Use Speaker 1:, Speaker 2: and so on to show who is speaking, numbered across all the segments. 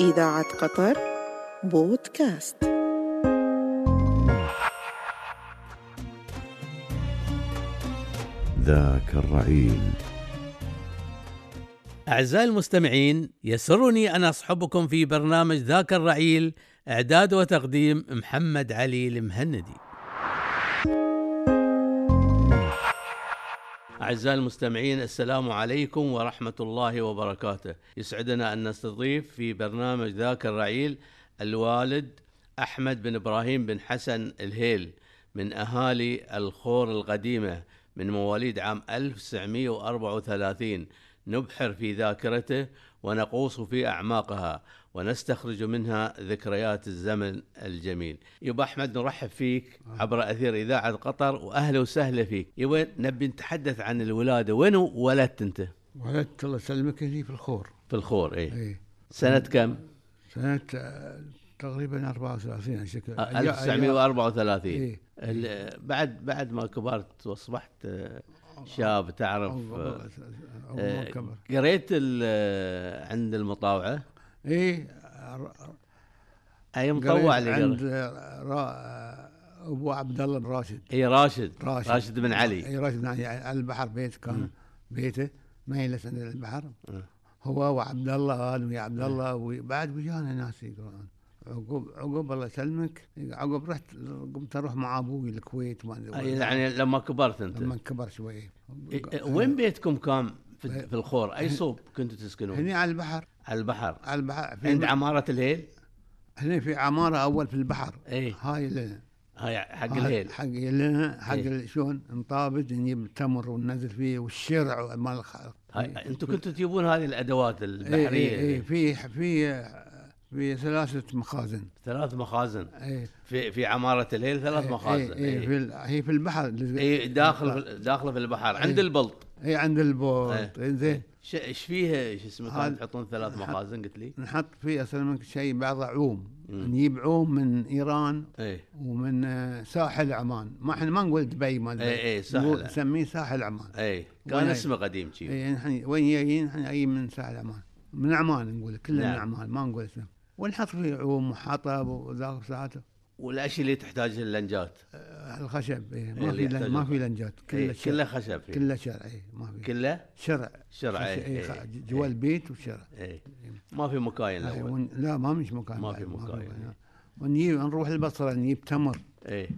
Speaker 1: إذاعة قطر بودكاست
Speaker 2: ذاك الرعيل
Speaker 3: أعزائي المستمعين يسرني أن أصحبكم في برنامج ذاك الرعيل إعداد وتقديم محمد علي المهندي أعزائي المستمعين السلام عليكم ورحمة الله وبركاته يسعدنا أن نستضيف في برنامج ذاك الرعيل الوالد أحمد بن إبراهيم بن حسن الهيل من أهالي الخور القديمة من مواليد عام 1934 نبحر في ذاكرته ونقوص في أعماقها ونستخرج منها ذكريات الزمن الجميل يبا أحمد نرحب فيك عبر أثير إذاعة قطر وأهلا وسهلا فيك يبا نبي نتحدث عن الولادة وين ولدت أنت
Speaker 4: ولدت الله يسلمك هني في الخور
Speaker 3: في الخور إيه
Speaker 4: اي
Speaker 3: سنة كم
Speaker 4: سنة آه، تقريبا 34 على يعني شكل
Speaker 3: آه، 1934
Speaker 4: إيه.
Speaker 3: ال- بعد بعد ما كبرت وأصبحت آه، شاب تعرف آه، آه،
Speaker 4: كبر
Speaker 3: قريت ال- عند المطاوعة
Speaker 4: اي
Speaker 3: أي مطوع اللي قريت.
Speaker 4: عند آه، را- آه، ابو عبد الله بن راشد
Speaker 3: اي إيه، راشد راشد,
Speaker 4: راشد. إيه،
Speaker 3: راشد بن علي
Speaker 4: اي راشد بن علي على البحر بيت كان بيته ما يلس عند البحر
Speaker 3: آه.
Speaker 4: هو وعبد الله انا ويا عبد الله وبعد ويانا ناس يقرون عقب عقب الله يسلمك إيه، عقب رحت قمت اروح مع ابوي الكويت ما ادري
Speaker 3: أي يعني لما كبرت انت
Speaker 4: لما كبر شوي
Speaker 3: إي- إي- إيه، وين بيتكم كان في, في الخور اي صوب كنتوا تسكنون
Speaker 4: إيه. هني على البحر
Speaker 3: على البحر
Speaker 4: على البحر في
Speaker 3: عند عماره الهيل
Speaker 4: هني في عماره اول في البحر
Speaker 3: إيه.
Speaker 4: هاي اللي
Speaker 3: هاي حق الهيل
Speaker 4: حق لنا حق
Speaker 3: إيه.
Speaker 4: إيه؟ شلون نطابد نجيب التمر وننزل فيه والشرع مال الخ-
Speaker 3: هاي انتم كنتوا تجيبون هذه الادوات
Speaker 4: إيه إيه إيه
Speaker 3: البحريه
Speaker 4: في في في ثلاثة مخازن
Speaker 3: ثلاث مخازن
Speaker 4: إيه
Speaker 3: في في عماره الهيل ثلاث مخازن
Speaker 4: إيه, إيه
Speaker 3: اي
Speaker 4: في ال- هي في البحر اللي-
Speaker 3: إي داخل داخله في البحر عند البلط
Speaker 4: إيه عند البوط
Speaker 3: إيه.
Speaker 4: إيه. زين
Speaker 3: ش- ايش فيها ايش اسمه كانوا
Speaker 4: هذا-
Speaker 3: تحطون ثلاث مخازن قلت لي
Speaker 4: نحط فيه أسلمك شيء بعض عوم نجيب عوم من إيران
Speaker 3: اي
Speaker 4: ومن آه، ساحل عمان ما احنا ما نقول دبي ما دبي
Speaker 3: إيه، إيه، ساحل أيوه.
Speaker 4: نقول-
Speaker 3: عمان.
Speaker 4: نسميه ساحل عمان
Speaker 3: اي إيه. كان
Speaker 4: وين إيه. هي؟
Speaker 3: اسمه قديم شي
Speaker 4: اي نحن وين جايين احنا جايين من ساحل عمان من عمان نقول كلنا
Speaker 3: نعم.
Speaker 4: من عمان ما نقول اسمه ونحط فيه عوم وحطب وذاك ساعات
Speaker 3: والاشياء اللي تحتاجها اللنجات
Speaker 4: آه، الخشب إيه
Speaker 3: إيه،
Speaker 4: ما
Speaker 3: اللي
Speaker 4: في لن- ما
Speaker 3: يحتاجون.
Speaker 4: في لنجات
Speaker 3: إيه،
Speaker 4: كله
Speaker 3: كله
Speaker 4: شرع
Speaker 3: خشب إيه.
Speaker 4: كله شرع اي ما في
Speaker 3: كله
Speaker 4: شرع
Speaker 3: شرع، إيه،
Speaker 4: إيه،
Speaker 3: إيه،
Speaker 4: خ- جوا
Speaker 3: إيه.
Speaker 4: البيت وشرع
Speaker 3: ايه ما في مكاين
Speaker 4: إيه،
Speaker 3: الاول
Speaker 4: ون- إيه. لا ما مش مكان
Speaker 3: ما
Speaker 4: بعد،
Speaker 3: في مكان، إيه.
Speaker 4: ونجيب نروح البصره نجيب تمر
Speaker 3: ايه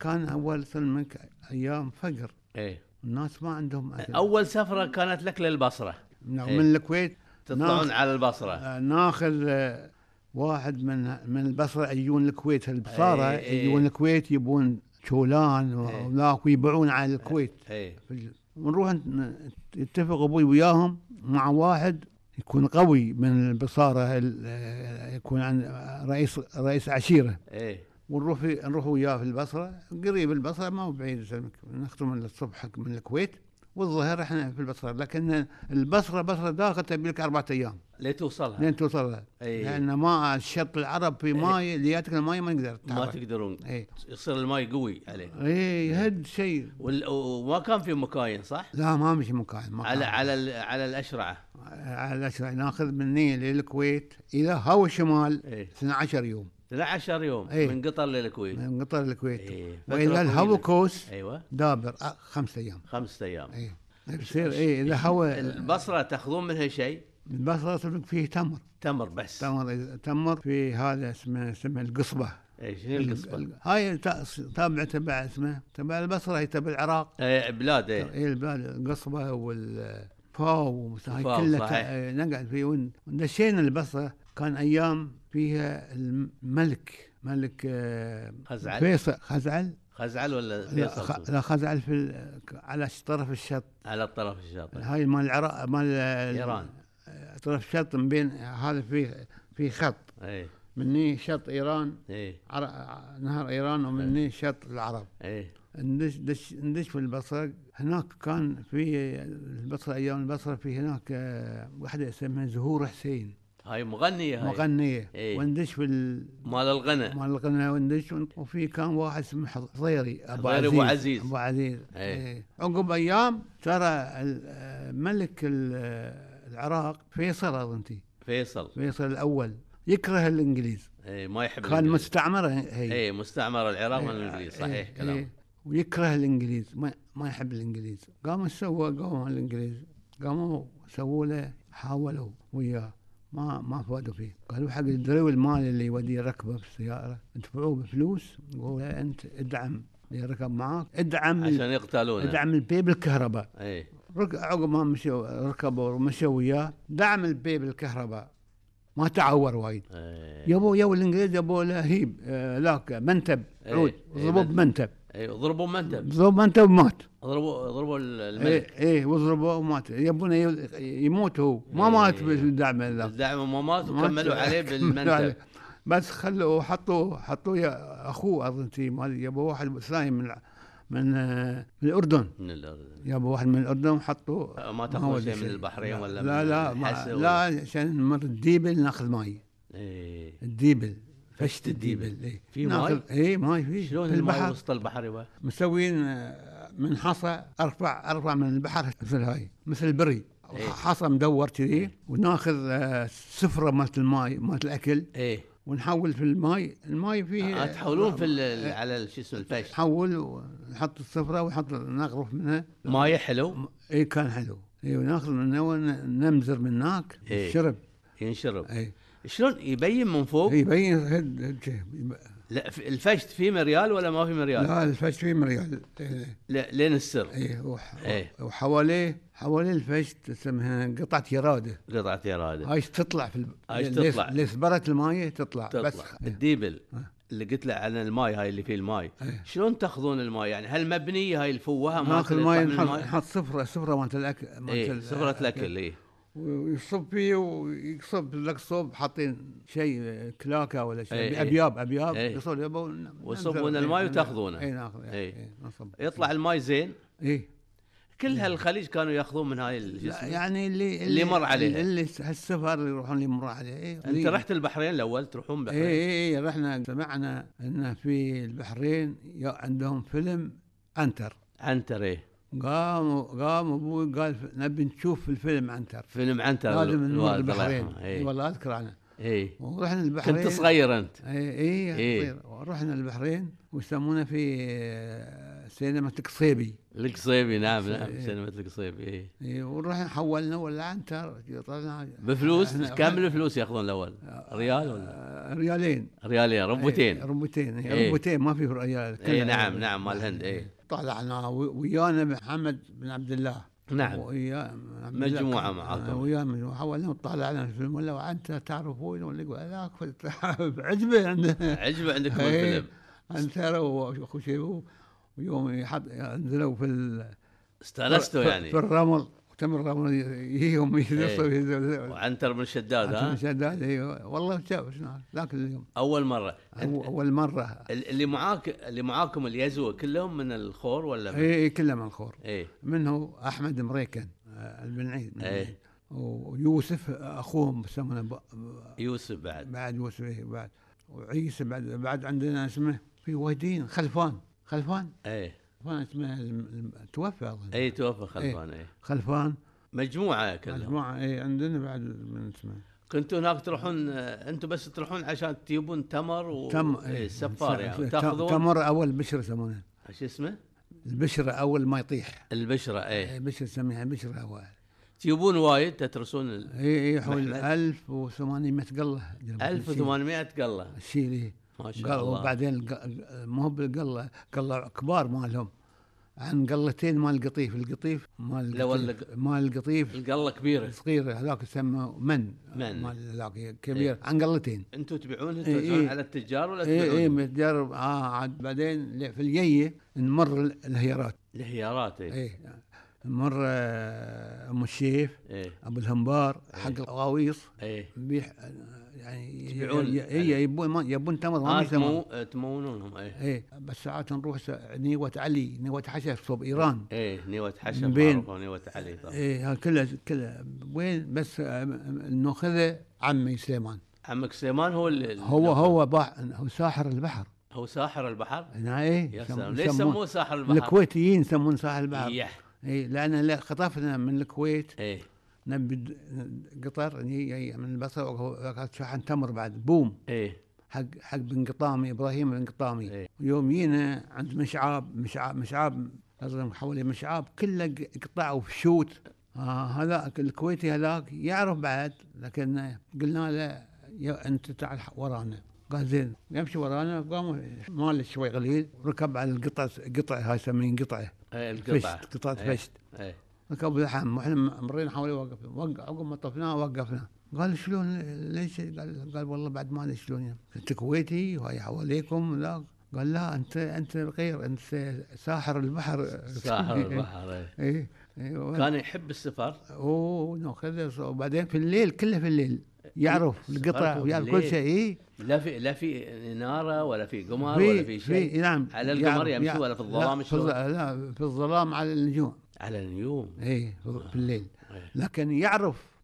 Speaker 4: كان اول سلمك ايام فقر
Speaker 3: ايه
Speaker 4: الناس ما عندهم أكل.
Speaker 3: اول سفره كانت لك للبصره
Speaker 4: من
Speaker 3: إيه.
Speaker 4: من الكويت
Speaker 3: تطلعون
Speaker 4: ناخ-
Speaker 3: على البصره
Speaker 4: آه، ناخذ آه، واحد من من البصره يجون الكويت البصاره
Speaker 3: إيه، إيه.
Speaker 4: يجون الكويت يبون شولان
Speaker 3: إيه.
Speaker 4: وذاك ويبيعون على الكويت
Speaker 3: ايه
Speaker 4: في ال- ونروح ن- يتفق ابوي وياهم مع واحد يكون قوي من البصاره ال- آه، يكون عن رئيس رئيس عشيره
Speaker 3: ايه
Speaker 4: ونروح في نروح وياه في البصره قريب البصره ما هو بعيد سلمك. نخدم الصبح من الكويت والظهر احنا في البصره لكن البصره بصره داخل تبي لك اربع ايام
Speaker 3: لتوصلها
Speaker 4: لين توصل
Speaker 3: إي.
Speaker 4: لان ما الشط العرب في ماي اللي ياتك الماي ما نقدر
Speaker 3: ما تقدرون
Speaker 4: اي
Speaker 3: يصير الماي قوي عليك
Speaker 4: اي هد شيء
Speaker 3: وال- وما كان في مكاين صح؟
Speaker 4: لا ما مش مكان ما
Speaker 3: على
Speaker 4: كان.
Speaker 3: على ال- على الاشرعه
Speaker 4: على الأسرع. ناخذ من هنا للكويت الى هو الشمال
Speaker 3: إي.
Speaker 4: 12 يوم
Speaker 3: 12 يوم
Speaker 4: إيه.
Speaker 3: من قطر للكويت
Speaker 4: من قطر
Speaker 3: إي،
Speaker 4: الكويت
Speaker 3: فترة
Speaker 4: والى
Speaker 3: طويلة.
Speaker 4: الهو كوس
Speaker 3: ايوه
Speaker 4: دابر أ- خمسة ايام
Speaker 3: خمسة ايام
Speaker 4: اي يصير اي اذا هو
Speaker 3: البصره تاخذون منها شيء
Speaker 4: البصره تلك فيه تمر
Speaker 3: تمر بس
Speaker 4: تمر تمر في هذا اسمه اسمه القصبه
Speaker 3: ايه شنو القصبه؟
Speaker 4: ال- هاي تا- تابعه تبع اسمه تبع البصره هي تبع العراق
Speaker 3: إيه، بلاد ايه
Speaker 4: اي البلاد القصبه والفاو ومساحي
Speaker 3: الفاو،
Speaker 4: كلها
Speaker 3: صحيح.
Speaker 4: تا- نقعد فيه ون- ودشينا البصره كان ايام فيها الملك ملك آه،
Speaker 3: خزعل؟
Speaker 4: فيصل خزعل
Speaker 3: خزعل ولا
Speaker 4: لا،
Speaker 3: فيصل؟
Speaker 4: خ- لا خزعل في ال- على ش- طرف الشط
Speaker 3: على الطرف الشاطئ
Speaker 4: هاي مال العراق مال ال-
Speaker 3: إيه. إيران.
Speaker 4: آه، طرف الشط من بين هذا في في خط
Speaker 3: ايه
Speaker 4: مني شط ايران
Speaker 3: ايه
Speaker 4: عر- نهر ايران
Speaker 3: إيه.
Speaker 4: ومني شط العرب
Speaker 3: ايه
Speaker 4: ندش دش ندش في البصره هناك كان في البصره ايام البصره في هناك آه، واحده اسمها زهور حسين
Speaker 3: هاي مغنية هاي
Speaker 4: مغنيه
Speaker 3: إيه.
Speaker 4: وندش في ال-
Speaker 3: مال الغنى
Speaker 4: مال القناه وندش ون- وفي كان واحد اسمه حضيري ابو
Speaker 3: حضيري
Speaker 4: عزيز
Speaker 3: أبو عزيز.
Speaker 4: ابو عزيز
Speaker 3: إيه.
Speaker 4: إيه. عقب ايام ترى ال- آه، ملك ال- آه، العراق فيصل اظنتي
Speaker 3: فيصل
Speaker 4: فيصل الاول يكره الانجليز
Speaker 3: اي ما يحب
Speaker 4: كان
Speaker 3: الإنجليز. إيه.
Speaker 4: مستعمره هي
Speaker 3: اي مستعمر العراق من
Speaker 4: إيه،
Speaker 3: الانجليز
Speaker 4: إيه،
Speaker 3: صحيح
Speaker 4: إيه.
Speaker 3: كلامك
Speaker 4: ويكره الانجليز ما, ما يحب الانجليز قاموا سووا قاموا الانجليز قاموا سووا له حاولوا وياه ما ما فادوا فيه قالوا حق الدريول مال اللي يوديه ركبه بالسياره ادفعوه بفلوس قولوا له انت ادعم اللي ركب معاك ادعم ال-
Speaker 3: عشان يقتلونه إيه،
Speaker 4: ادعم البي بالكهرباء
Speaker 3: اي
Speaker 4: رك- عقب ما مشوا ركبوا ومشوا وياه دعم البي بالكهرباء ما تعور وايد
Speaker 3: اي
Speaker 4: يبوا يبوا الانجليز يبوا له هيب آه، لاك منتب
Speaker 3: إيه،
Speaker 4: عود
Speaker 3: إيه،
Speaker 4: ضربوا
Speaker 3: منتب.
Speaker 4: بمنتب
Speaker 3: اي ضربوا منتب
Speaker 4: ضرب منتب مات
Speaker 3: ضربوا ضربوا ال-
Speaker 4: ايه
Speaker 3: الملك
Speaker 4: ايه وضربوا ومات يبونه يل- يموت هو ما
Speaker 3: إيه.
Speaker 4: مات بالدعم ذاك
Speaker 3: الدعم ما مات
Speaker 4: مات-
Speaker 3: وكملوا عليه
Speaker 4: كملوا
Speaker 3: بالمنتب
Speaker 4: عليه. بس خلوا حطوا حطوا يا اخوه اظن شي مال يبوا واحد سايم من الع- من آه، من الاردن
Speaker 3: من الارض
Speaker 4: يبوا واحد من الاردن وحطوا
Speaker 3: ما
Speaker 4: هو
Speaker 3: تاخذ شيء
Speaker 4: شي.
Speaker 3: من البحرين ولا
Speaker 4: لا
Speaker 3: من
Speaker 4: لا ما
Speaker 3: الحسا
Speaker 4: لا
Speaker 3: ولا-
Speaker 4: عشان نمر الديبل ناخذ ماي
Speaker 3: اي
Speaker 4: الديبل
Speaker 3: فشت
Speaker 4: فشت الديبل
Speaker 3: الديبل.
Speaker 4: إيه.
Speaker 3: في
Speaker 4: ناخذ-
Speaker 3: ماي؟
Speaker 4: ايه ماي في
Speaker 3: شلون
Speaker 4: في
Speaker 3: الماي وسط البحر يبا؟
Speaker 4: مسوين آه، من حصى ارفع ارفع من البحر مثل هاي مثل البري
Speaker 3: إيه.
Speaker 4: حصى مدور كذي وناخذ آه، سفره مالت الماي مالت الاكل
Speaker 3: ايه
Speaker 4: ونحول في الماي الماي فيه
Speaker 3: آه، تحولون في ال- ال- على ال- شو اسمه الفش
Speaker 4: نحول ونحط السفره ونحط نغرف منها
Speaker 3: ماي حلو
Speaker 4: اي كان حلو اي وناخذ منه ونمزر من هناك
Speaker 3: إيه.
Speaker 4: الشرب
Speaker 3: ينشرب
Speaker 4: اي
Speaker 3: شلون يبين من فوق
Speaker 4: يبين هد- هد-
Speaker 3: لا في- الفشت في مريال ولا ما في مريال
Speaker 4: لا الفش فيه مريال إيه.
Speaker 3: لا لين السر
Speaker 4: ايه وح-
Speaker 3: إيه.
Speaker 4: وحواليه حواليه الفشت اسمها قطعه يراده
Speaker 3: قطعة إرادة
Speaker 4: هاي تطلع في ال...
Speaker 3: هاي
Speaker 4: ليس-
Speaker 3: تطلع.
Speaker 4: ليس برت الماية تطلع, تطلع. بس آه.
Speaker 3: تطلع الديبل اللي قلت له عن الماي هاي اللي فيه الماي
Speaker 4: إيه.
Speaker 3: شلون تاخذون الماي يعني هل مبنيه هاي الفوهه مالت
Speaker 4: ناخذ
Speaker 3: اللي
Speaker 4: آه، الماي
Speaker 3: يطلع من
Speaker 4: نحط, نحط إيه. سفرة سفرة مالت الأكل مالت
Speaker 3: ايه
Speaker 4: ال-
Speaker 3: سفرة الاكل ايه
Speaker 4: ويصب فيه ويصب لك صوب حاطين شيء كلاكة ولا شيء
Speaker 3: إيه، إيه.
Speaker 4: أبياب أبياب
Speaker 3: إيه.
Speaker 4: يصب يبوا ن-
Speaker 3: ويصبون
Speaker 4: ننزل-
Speaker 3: الماي
Speaker 4: إيه،
Speaker 3: وتاخذونه.
Speaker 4: إيه ناخذ إيه،
Speaker 3: إيه.
Speaker 4: إيه، نصب
Speaker 3: يطلع الماي زين
Speaker 4: إيه
Speaker 3: كل هالخليج كانوا ياخذون من هاي ال- شو
Speaker 4: لا
Speaker 3: اسمه؟
Speaker 4: يعني اللي
Speaker 3: اللي مر عليها.
Speaker 4: اللي هالسفر اللي يروحون اللي يمر عليه إيه
Speaker 3: انت
Speaker 4: قليل.
Speaker 3: رحت البحرين الاول تروحون
Speaker 4: اي
Speaker 3: بحرين
Speaker 4: اي اي رحنا إيه، سمعنا ان في البحرين يا- عندهم فيلم عنتر
Speaker 3: عنتر ايه
Speaker 4: قام قام ابوي قال ف- نبي نشوف الفيلم عنتر
Speaker 3: فيلم عنتر
Speaker 4: لازم نروح
Speaker 3: الوالد الله
Speaker 4: البحرين
Speaker 3: يرحمه.
Speaker 4: اي
Speaker 3: ايه
Speaker 4: والله اذكر انا
Speaker 3: ايه
Speaker 4: ورحنا البحرين
Speaker 3: كنت صغير انت
Speaker 4: اي اي
Speaker 3: إيه.
Speaker 4: صغير. ورحنا البحرين ويسمونه في آه، سينما القصيبي
Speaker 3: القصيبي نعم نعم
Speaker 4: إيه.
Speaker 3: سينما القصيبي ايه
Speaker 4: إي، ورحنا حولنا ولا عنتر طلعنا
Speaker 3: بفلوس
Speaker 4: إحنا-
Speaker 3: كامل الفلوس ياخذون الاول ريال ولا
Speaker 4: آه، ريالين
Speaker 3: ريالين
Speaker 4: إي،
Speaker 3: ربوتين
Speaker 4: ربوتين إي،
Speaker 3: إيه.
Speaker 4: ربوتين ما في ريال
Speaker 3: اي نعم نعم مال الهند اي
Speaker 4: طلعنا و- ويانا محمد بن عبد الله
Speaker 3: نعم
Speaker 4: ويا
Speaker 3: مجموعة معاكم.
Speaker 4: ويا مجموعة حولنا وطلعنا في الفيلم ولا وانت تعرفون ولا يقول هذاك عجبه عندنا
Speaker 3: عجبه عندكم
Speaker 4: إيه.
Speaker 3: الفيلم
Speaker 4: انت واخو شيبو ويوم يحط ينزلوا في ال-
Speaker 3: استانستوا
Speaker 4: في-
Speaker 3: يعني
Speaker 4: في الرمل تم الرمل يجيهم
Speaker 3: إيه.
Speaker 4: يدرسوا
Speaker 3: وعنتر بن شداد ها
Speaker 4: إيه. والله شاف شنو ذاك اليوم
Speaker 3: اول مره
Speaker 4: أو- اول مره
Speaker 3: ال- اللي معاك اللي معاكم اليزوه كلهم من الخور ولا من...
Speaker 4: اي إي، كله من إيه، الخور
Speaker 3: ايه
Speaker 4: منه احمد مريكن آه، البن عيد بن
Speaker 3: إيه.
Speaker 4: عيد. ويوسف اخوهم يسمونه ب-
Speaker 3: يوسف بعد
Speaker 4: بعد يوسف إيه بعد وعيسى بعد بعد عندنا اسمه في وايدين خلفان خلفان
Speaker 3: ايه
Speaker 4: خلفان اسمه الم- الم- توفى اظن
Speaker 3: اي توفى إيه، خلفان ايه
Speaker 4: خلفان
Speaker 3: مجموعه كلهم
Speaker 4: مجموعه اي عندنا بعد من اسمه
Speaker 3: كنتوا هناك تروحون آه، انتم بس تروحون عشان تجيبون تمر و
Speaker 4: تم
Speaker 3: إيه،
Speaker 4: إيه،
Speaker 3: سفار
Speaker 4: س-
Speaker 3: يعني
Speaker 4: ت-
Speaker 3: تاخذون
Speaker 4: تمر اول بشر يسمونه
Speaker 3: شو اسمه؟
Speaker 4: البشره اول ما يطيح
Speaker 3: البشره ايه
Speaker 4: إيه، بشر يسميها بشره اول
Speaker 3: تجيبون وايد تترسون ال-
Speaker 4: اي اي حول
Speaker 3: محمد.
Speaker 4: 1800 قله
Speaker 3: 1800 قله
Speaker 4: الشيل إيه.
Speaker 3: ما
Speaker 4: قال
Speaker 3: شاء الله
Speaker 4: وبعدين الق- ما هو بالقله قله كبار مالهم عن قلتين مال القطيف القطيف مال
Speaker 3: لا ولا
Speaker 4: القطيف مال القطيف
Speaker 3: القله كبيره
Speaker 4: صغير هذاك يسمى من
Speaker 3: من.
Speaker 4: مال هذاك كبير عن قلتين
Speaker 3: انتم تبيعونها
Speaker 4: إيه،
Speaker 3: توزعون
Speaker 4: إيه.
Speaker 3: على التجار ولا
Speaker 4: اي اي
Speaker 3: تبيعون
Speaker 4: متجرب اه عاد بعدين ل- في الجيه نمر ال- الهيارات
Speaker 3: الهيارات إيه.
Speaker 4: اي نمر آه، ام الشيف
Speaker 3: ايه
Speaker 4: ابو الهمبار حق الغواويص
Speaker 3: ايه
Speaker 4: بيح آه، يعني
Speaker 3: يبيعون
Speaker 4: ي- ي- يبون ما- يبون تمر ما
Speaker 3: آه
Speaker 4: في تمر
Speaker 3: تمو... تمونونهم ايه
Speaker 4: ايه بس ساعات نروح سا- نيوة علي نيوة حشر صوب ايران
Speaker 3: ايه نيوة حشا
Speaker 4: من بين-
Speaker 3: معروفة نيوة علي طبعا
Speaker 4: ايه ها كلها كلها وين بس آه، ناخذه عمي سليمان
Speaker 3: عمك سليمان هو اللي
Speaker 4: هو هو باع هو ساحر البحر
Speaker 3: هو ساحر البحر
Speaker 4: هنا ايه
Speaker 3: يا
Speaker 4: يسم-
Speaker 3: سلام ليش
Speaker 4: يسمون-
Speaker 3: سموه ساحر البحر؟
Speaker 4: الكويتيين يسمون ساحر البحر إيه،
Speaker 3: يح
Speaker 4: ايه لان لا خطفنا من الكويت
Speaker 3: ايه
Speaker 4: نبي قطر هي- هي من البصره وهو- وكانت شحن تمر بعد بوم
Speaker 3: ايه
Speaker 4: حق حق بن قطامي ابراهيم بن قطامي
Speaker 3: إيه.
Speaker 4: يوم جينا عند مشعاب مشعاب مشعاب لازم حوالي مشعاب كله ق- قطع وشوت آه هذاك الكويتي هذاك يعرف بعد لكن قلنا له يا انت تعال ح- ورانا قال زين يمشي ورانا قام مال شوي قليل ركب على القطع قطع هاي يسمين قطعه
Speaker 3: إيه، القطعه
Speaker 4: فشت قطعه
Speaker 3: إيه.
Speaker 4: فشت
Speaker 3: ايه
Speaker 4: ركبوا لحم واحنا مرينا حواليه وقفنا وقف عقب ما طفناه وقفنا قال شلون ليش قال, قال والله بعد ما ادري شلون يعني. انت كويتي وهاي حواليكم لا قال لا انت انت غير انت ساحر البحر
Speaker 3: ساحر البحر إيه.
Speaker 4: ايه ايه
Speaker 3: كان يحب السفر
Speaker 4: وناخذ وبعدين في الليل كله في الليل يعرف
Speaker 3: سفركم
Speaker 4: القطع ويعرف كل
Speaker 3: بالليل.
Speaker 4: شيء ايه
Speaker 3: لا في لا في ناره ولا في قمر ولا في شيء
Speaker 4: نعم
Speaker 3: على
Speaker 4: يعرف-
Speaker 3: القمر يمشي
Speaker 4: يعرف-
Speaker 3: ولا في
Speaker 4: لا
Speaker 3: الظلام
Speaker 4: في الظ-
Speaker 3: شلون؟
Speaker 4: لا في الظلام على النجوم
Speaker 3: على النيوم
Speaker 4: ايه في- في الليل
Speaker 3: إيه.
Speaker 4: لكن يعرف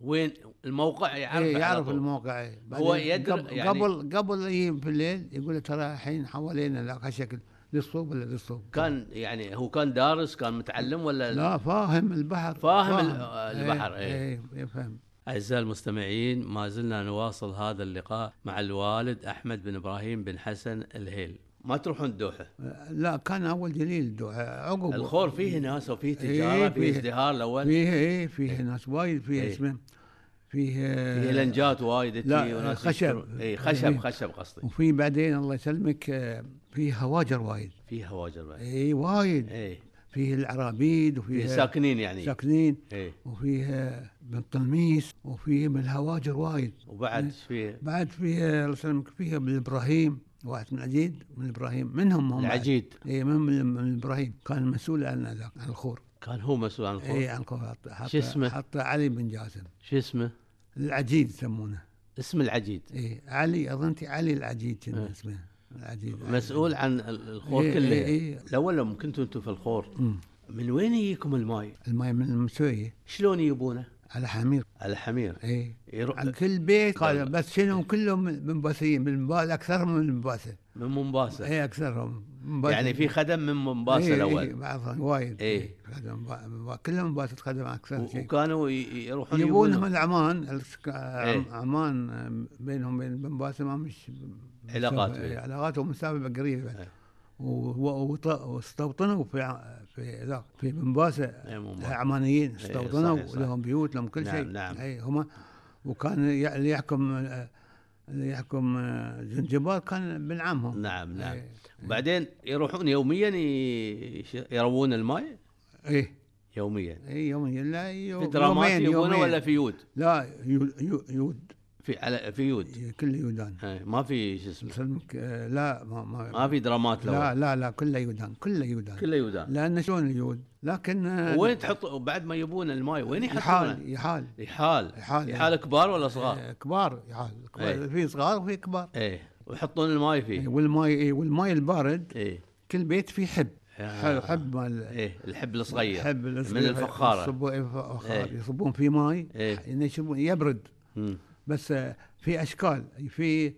Speaker 3: وين الموقع يعرف
Speaker 4: إيه
Speaker 3: على
Speaker 4: يعرف
Speaker 3: طول.
Speaker 4: الموقع
Speaker 3: هو يدر- يعني-
Speaker 4: يعني قبل قبل يجي في الليل يقول له ترى الحين حوالينا لا شكل للصوب ولا للصوب
Speaker 3: كان يعني هو كان دارس كان متعلم ولا
Speaker 4: لا فاهم البحر
Speaker 3: فاهم ال- البحر، إيه.
Speaker 4: اي يفهم
Speaker 3: أعزائي المستمعين ما زلنا نواصل هذا اللقاء مع الوالد أحمد بن إبراهيم بن حسن الهيل ما تروحون الدوحة
Speaker 4: لا كان اول دليل دو- آه، عقب
Speaker 3: الخور فيه ناس وفيه
Speaker 4: إيه،
Speaker 3: تجارة فيه
Speaker 4: فيه.
Speaker 3: ازدهار الأول
Speaker 4: فيه ايه فيه ناس وايد فيه
Speaker 3: إيه.
Speaker 4: اسمه فيه آه،
Speaker 3: فيه لنجات وايد تجي
Speaker 4: لا،
Speaker 3: وناس
Speaker 4: خشب.
Speaker 3: يشترون. إيه خشب
Speaker 4: إيه.
Speaker 3: خشب قصدي
Speaker 4: وفي بعدين الله يسلمك آه، فيه هواجر وايد
Speaker 3: فيه هواجر بعد
Speaker 4: اي وايد
Speaker 3: إيه
Speaker 4: فيه العرابيد
Speaker 3: فيه
Speaker 4: وفيه
Speaker 3: ساكنين يعني
Speaker 4: ساكنين
Speaker 3: إيه
Speaker 4: وفيه بن تلميس وفيه من الهواجر وايد
Speaker 3: وبعد فيه
Speaker 4: بعد فيه الله يسلمك فيه من ابراهيم واحد من العجيد من ابراهيم منهم هم
Speaker 3: العجيد
Speaker 4: اي من, من, من ابراهيم كان مسؤول عن ذاك عن الخور
Speaker 3: كان هو مسؤول عن الخور
Speaker 4: اي عن الخور حط- حط
Speaker 3: شو اسمه؟
Speaker 4: حط علي بن جاسم
Speaker 3: شو اسمه
Speaker 4: العجيد يسمونه
Speaker 3: اسم العجيد
Speaker 4: اي علي اظنتي علي العجيد كان
Speaker 3: إيه.
Speaker 4: اسمه العجيد
Speaker 3: مسؤول عن ال- الخور
Speaker 4: إيه،
Speaker 3: كله
Speaker 4: إيه، إيه.
Speaker 3: الأول لما كنتوا أنتم في الخور
Speaker 4: أمم.
Speaker 3: من وين يجيكم الماي
Speaker 4: الماي من المسويه
Speaker 3: شلون يجيبونه
Speaker 4: على حمير
Speaker 3: على حمير
Speaker 4: اي
Speaker 3: يروح
Speaker 4: عن كل بيت قال بس شنو كلهم من منباثيين من منباث اكثرهم من إيه، منباثه
Speaker 3: من مومباسا
Speaker 4: اي اكثرهم منباثة.
Speaker 3: يعني في خدم من مومباسا
Speaker 4: إيه،
Speaker 3: الاول
Speaker 4: إيه بعضهم وايد
Speaker 3: إيه.
Speaker 4: إيه خدم با- با- كلهم باتت خدم اكثر
Speaker 3: و-
Speaker 4: شيء
Speaker 3: وكانوا ي- ي- يروحون
Speaker 4: يبون من
Speaker 3: يبون
Speaker 4: عمان السك-
Speaker 3: إيه.
Speaker 4: عمان بينهم وبين بن باسم ما مش
Speaker 3: علاقات
Speaker 4: مسافة-
Speaker 3: بين.
Speaker 4: علاقات ومسافه قريبه
Speaker 3: إيه.
Speaker 4: و- و- وط- واستوطنوا في ع- في ذاك في بن باسم
Speaker 3: إيه، بن باسم.
Speaker 4: عمانيين
Speaker 3: صحيح،
Speaker 4: استوطنوا
Speaker 3: صحيح.
Speaker 4: لهم بيوت لهم كل
Speaker 3: نعم،
Speaker 4: شيء
Speaker 3: نعم.
Speaker 4: إيه، هم وكان ي- اللي يحكم آه، اللي يحكم آه، زنجبار كان بن عمهم
Speaker 3: نعم نعم
Speaker 4: إيه.
Speaker 3: وبعدين يروحون يوميا ي- يش- يروون الماء
Speaker 4: ايه
Speaker 3: يوميا
Speaker 4: اي إيه، يوم لا يوم
Speaker 3: في درامات
Speaker 4: يومين-
Speaker 3: يبونه
Speaker 4: يومين.
Speaker 3: ولا في يود
Speaker 4: لا يو يو يود
Speaker 3: في على في يود
Speaker 4: كله يودان
Speaker 3: إيه، ما في شو اسمه
Speaker 4: سلمك آه، لا ما ما,
Speaker 3: ما في درامات
Speaker 4: لا
Speaker 3: لا
Speaker 4: لا لا كله يودان كله يودان
Speaker 3: كله يودان
Speaker 4: لان شلون يود لكن آه،
Speaker 3: وين تحط بعد ما يبون الماء وين يحطونه؟
Speaker 4: يحال يحال
Speaker 3: يحال
Speaker 4: يحال، إيه.
Speaker 3: يحال كبار ولا صغار؟
Speaker 4: آه، كبار يحال كبار.
Speaker 3: إيه.
Speaker 4: في صغار وفي كبار
Speaker 3: ايه ويحطون الماء
Speaker 4: إيه،
Speaker 3: فيه
Speaker 4: والماي إيه، والماي البارد
Speaker 3: ايه
Speaker 4: كل بيت فيه حب
Speaker 3: آه.
Speaker 4: حب حب مال
Speaker 3: ايه الحب الصغير
Speaker 4: حب
Speaker 3: من
Speaker 4: الصغير.
Speaker 3: الفخاره
Speaker 4: يصبوا- إيه، فخار.
Speaker 3: إيه.
Speaker 4: يصبون فيه ماي
Speaker 3: إيه.
Speaker 4: ينشبون يبرد
Speaker 3: مم.
Speaker 4: بس آه، في اشكال في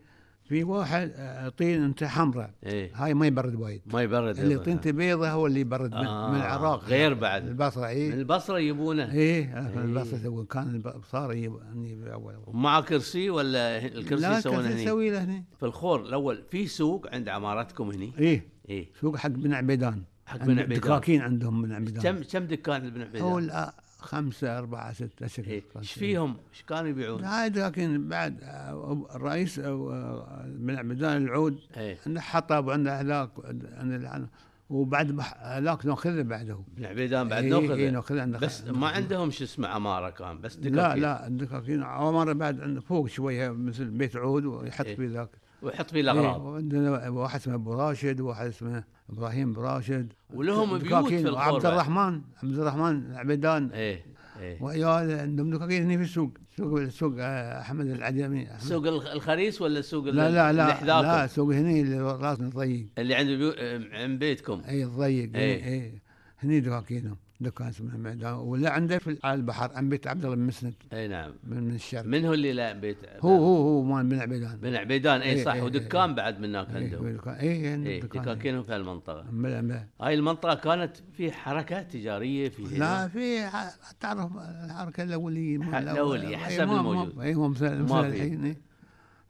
Speaker 4: في واحد آه، طين انت حمراء
Speaker 3: ايه
Speaker 4: هاي ما يبرد وايد
Speaker 3: ما يبرد
Speaker 4: اللي
Speaker 3: أيضاً.
Speaker 4: طينته بيضة هو اللي يبرد من,
Speaker 3: آه،
Speaker 4: آه من العراق إيه.
Speaker 3: غير بعد.
Speaker 4: البصره
Speaker 3: من
Speaker 4: اي
Speaker 3: البصره يجيبونه
Speaker 4: اي من
Speaker 3: إيه.
Speaker 4: البصره يسوون آه، كان الابصار يب- يعني اول أول.
Speaker 3: ومع كرسي ولا ه- الكرسي
Speaker 4: لا
Speaker 3: يسوونه
Speaker 4: الكرسي
Speaker 3: هني
Speaker 4: يسوي له هني
Speaker 3: في الخور الاول في سوق عند عمارتكم هني
Speaker 4: اي
Speaker 3: ايه
Speaker 4: إيه، سوق حق بن عبيدان
Speaker 3: حق
Speaker 4: عند
Speaker 3: بن عبيدان.
Speaker 4: دكاكين عندهم بن عبيدان
Speaker 3: كم كم دكان ابن عبيد
Speaker 4: حول آه، خمسة أربعة ستة أشهر
Speaker 3: ايه ايش فيهم ايش كانوا يبيعون
Speaker 4: هاي لكن بعد آه، الرئيس أو، آه، بن عبيدان العود
Speaker 3: ايه
Speaker 4: عنده حطب وعنده هلاك عنده العنب. وبعد بح- هلاك ناخذه بعده
Speaker 3: ابن عبيدان بعد
Speaker 4: إيه، إيه،
Speaker 3: ناخذ
Speaker 4: ناخذه عنده
Speaker 3: بس ما عندهم شو اسمه عماره كان بس دكاكين
Speaker 4: لا لا الدكاكين عمر بعد عنده فوق شويه مثل بيت عود ويحط
Speaker 3: إيه.
Speaker 4: فيه ذاك
Speaker 3: ويحط فيه
Speaker 4: إيه،
Speaker 3: الاغراض
Speaker 4: وعندنا واحد اسمه ابو راشد وواحد اسمه ابراهيم ابو راشد
Speaker 3: ولهم بيوت
Speaker 4: دكاكين.
Speaker 3: في الخور
Speaker 4: وعبد
Speaker 3: بعد.
Speaker 4: الرحمن عبد الرحمن العبيدان
Speaker 3: ايه ايه
Speaker 4: وعياله عندهم دكاكين هنا في السوق سوق سوق آه، احمد العدمي أحمد-
Speaker 3: سوق الخ- الخريس ولا سوق
Speaker 4: لا لا لا لا
Speaker 3: لا
Speaker 4: سوق هنا اللي طيب. راسنا ضيق
Speaker 3: اللي عند بيو... عند بيتكم
Speaker 4: اي ضيق
Speaker 3: إيه.
Speaker 4: اي هني دكاكينهم دكان اسمه المعدان ولا عنده في على البحر عن بيت عبد الله بن مسند
Speaker 3: اي نعم
Speaker 4: من, من الشرق
Speaker 3: من هو اللي لا بيت
Speaker 4: هو هو هو مال بن عبيدان
Speaker 3: بن عبيدان اي
Speaker 4: إيه،
Speaker 3: صح
Speaker 4: إيه،
Speaker 3: ودكان بعد إيه، من هناك عنده
Speaker 4: اي
Speaker 3: اي
Speaker 4: اي
Speaker 3: دكان
Speaker 4: دكان
Speaker 3: كانوا في المنطقه
Speaker 4: بلا- بلا.
Speaker 3: هاي المنطقه كانت في حركه تجاريه في
Speaker 4: لا في ح- تعرف الحركه الاوليه
Speaker 3: ح- الأولية، حسب الموجود.
Speaker 4: اي هم
Speaker 3: ما في.
Speaker 4: الحين إيه.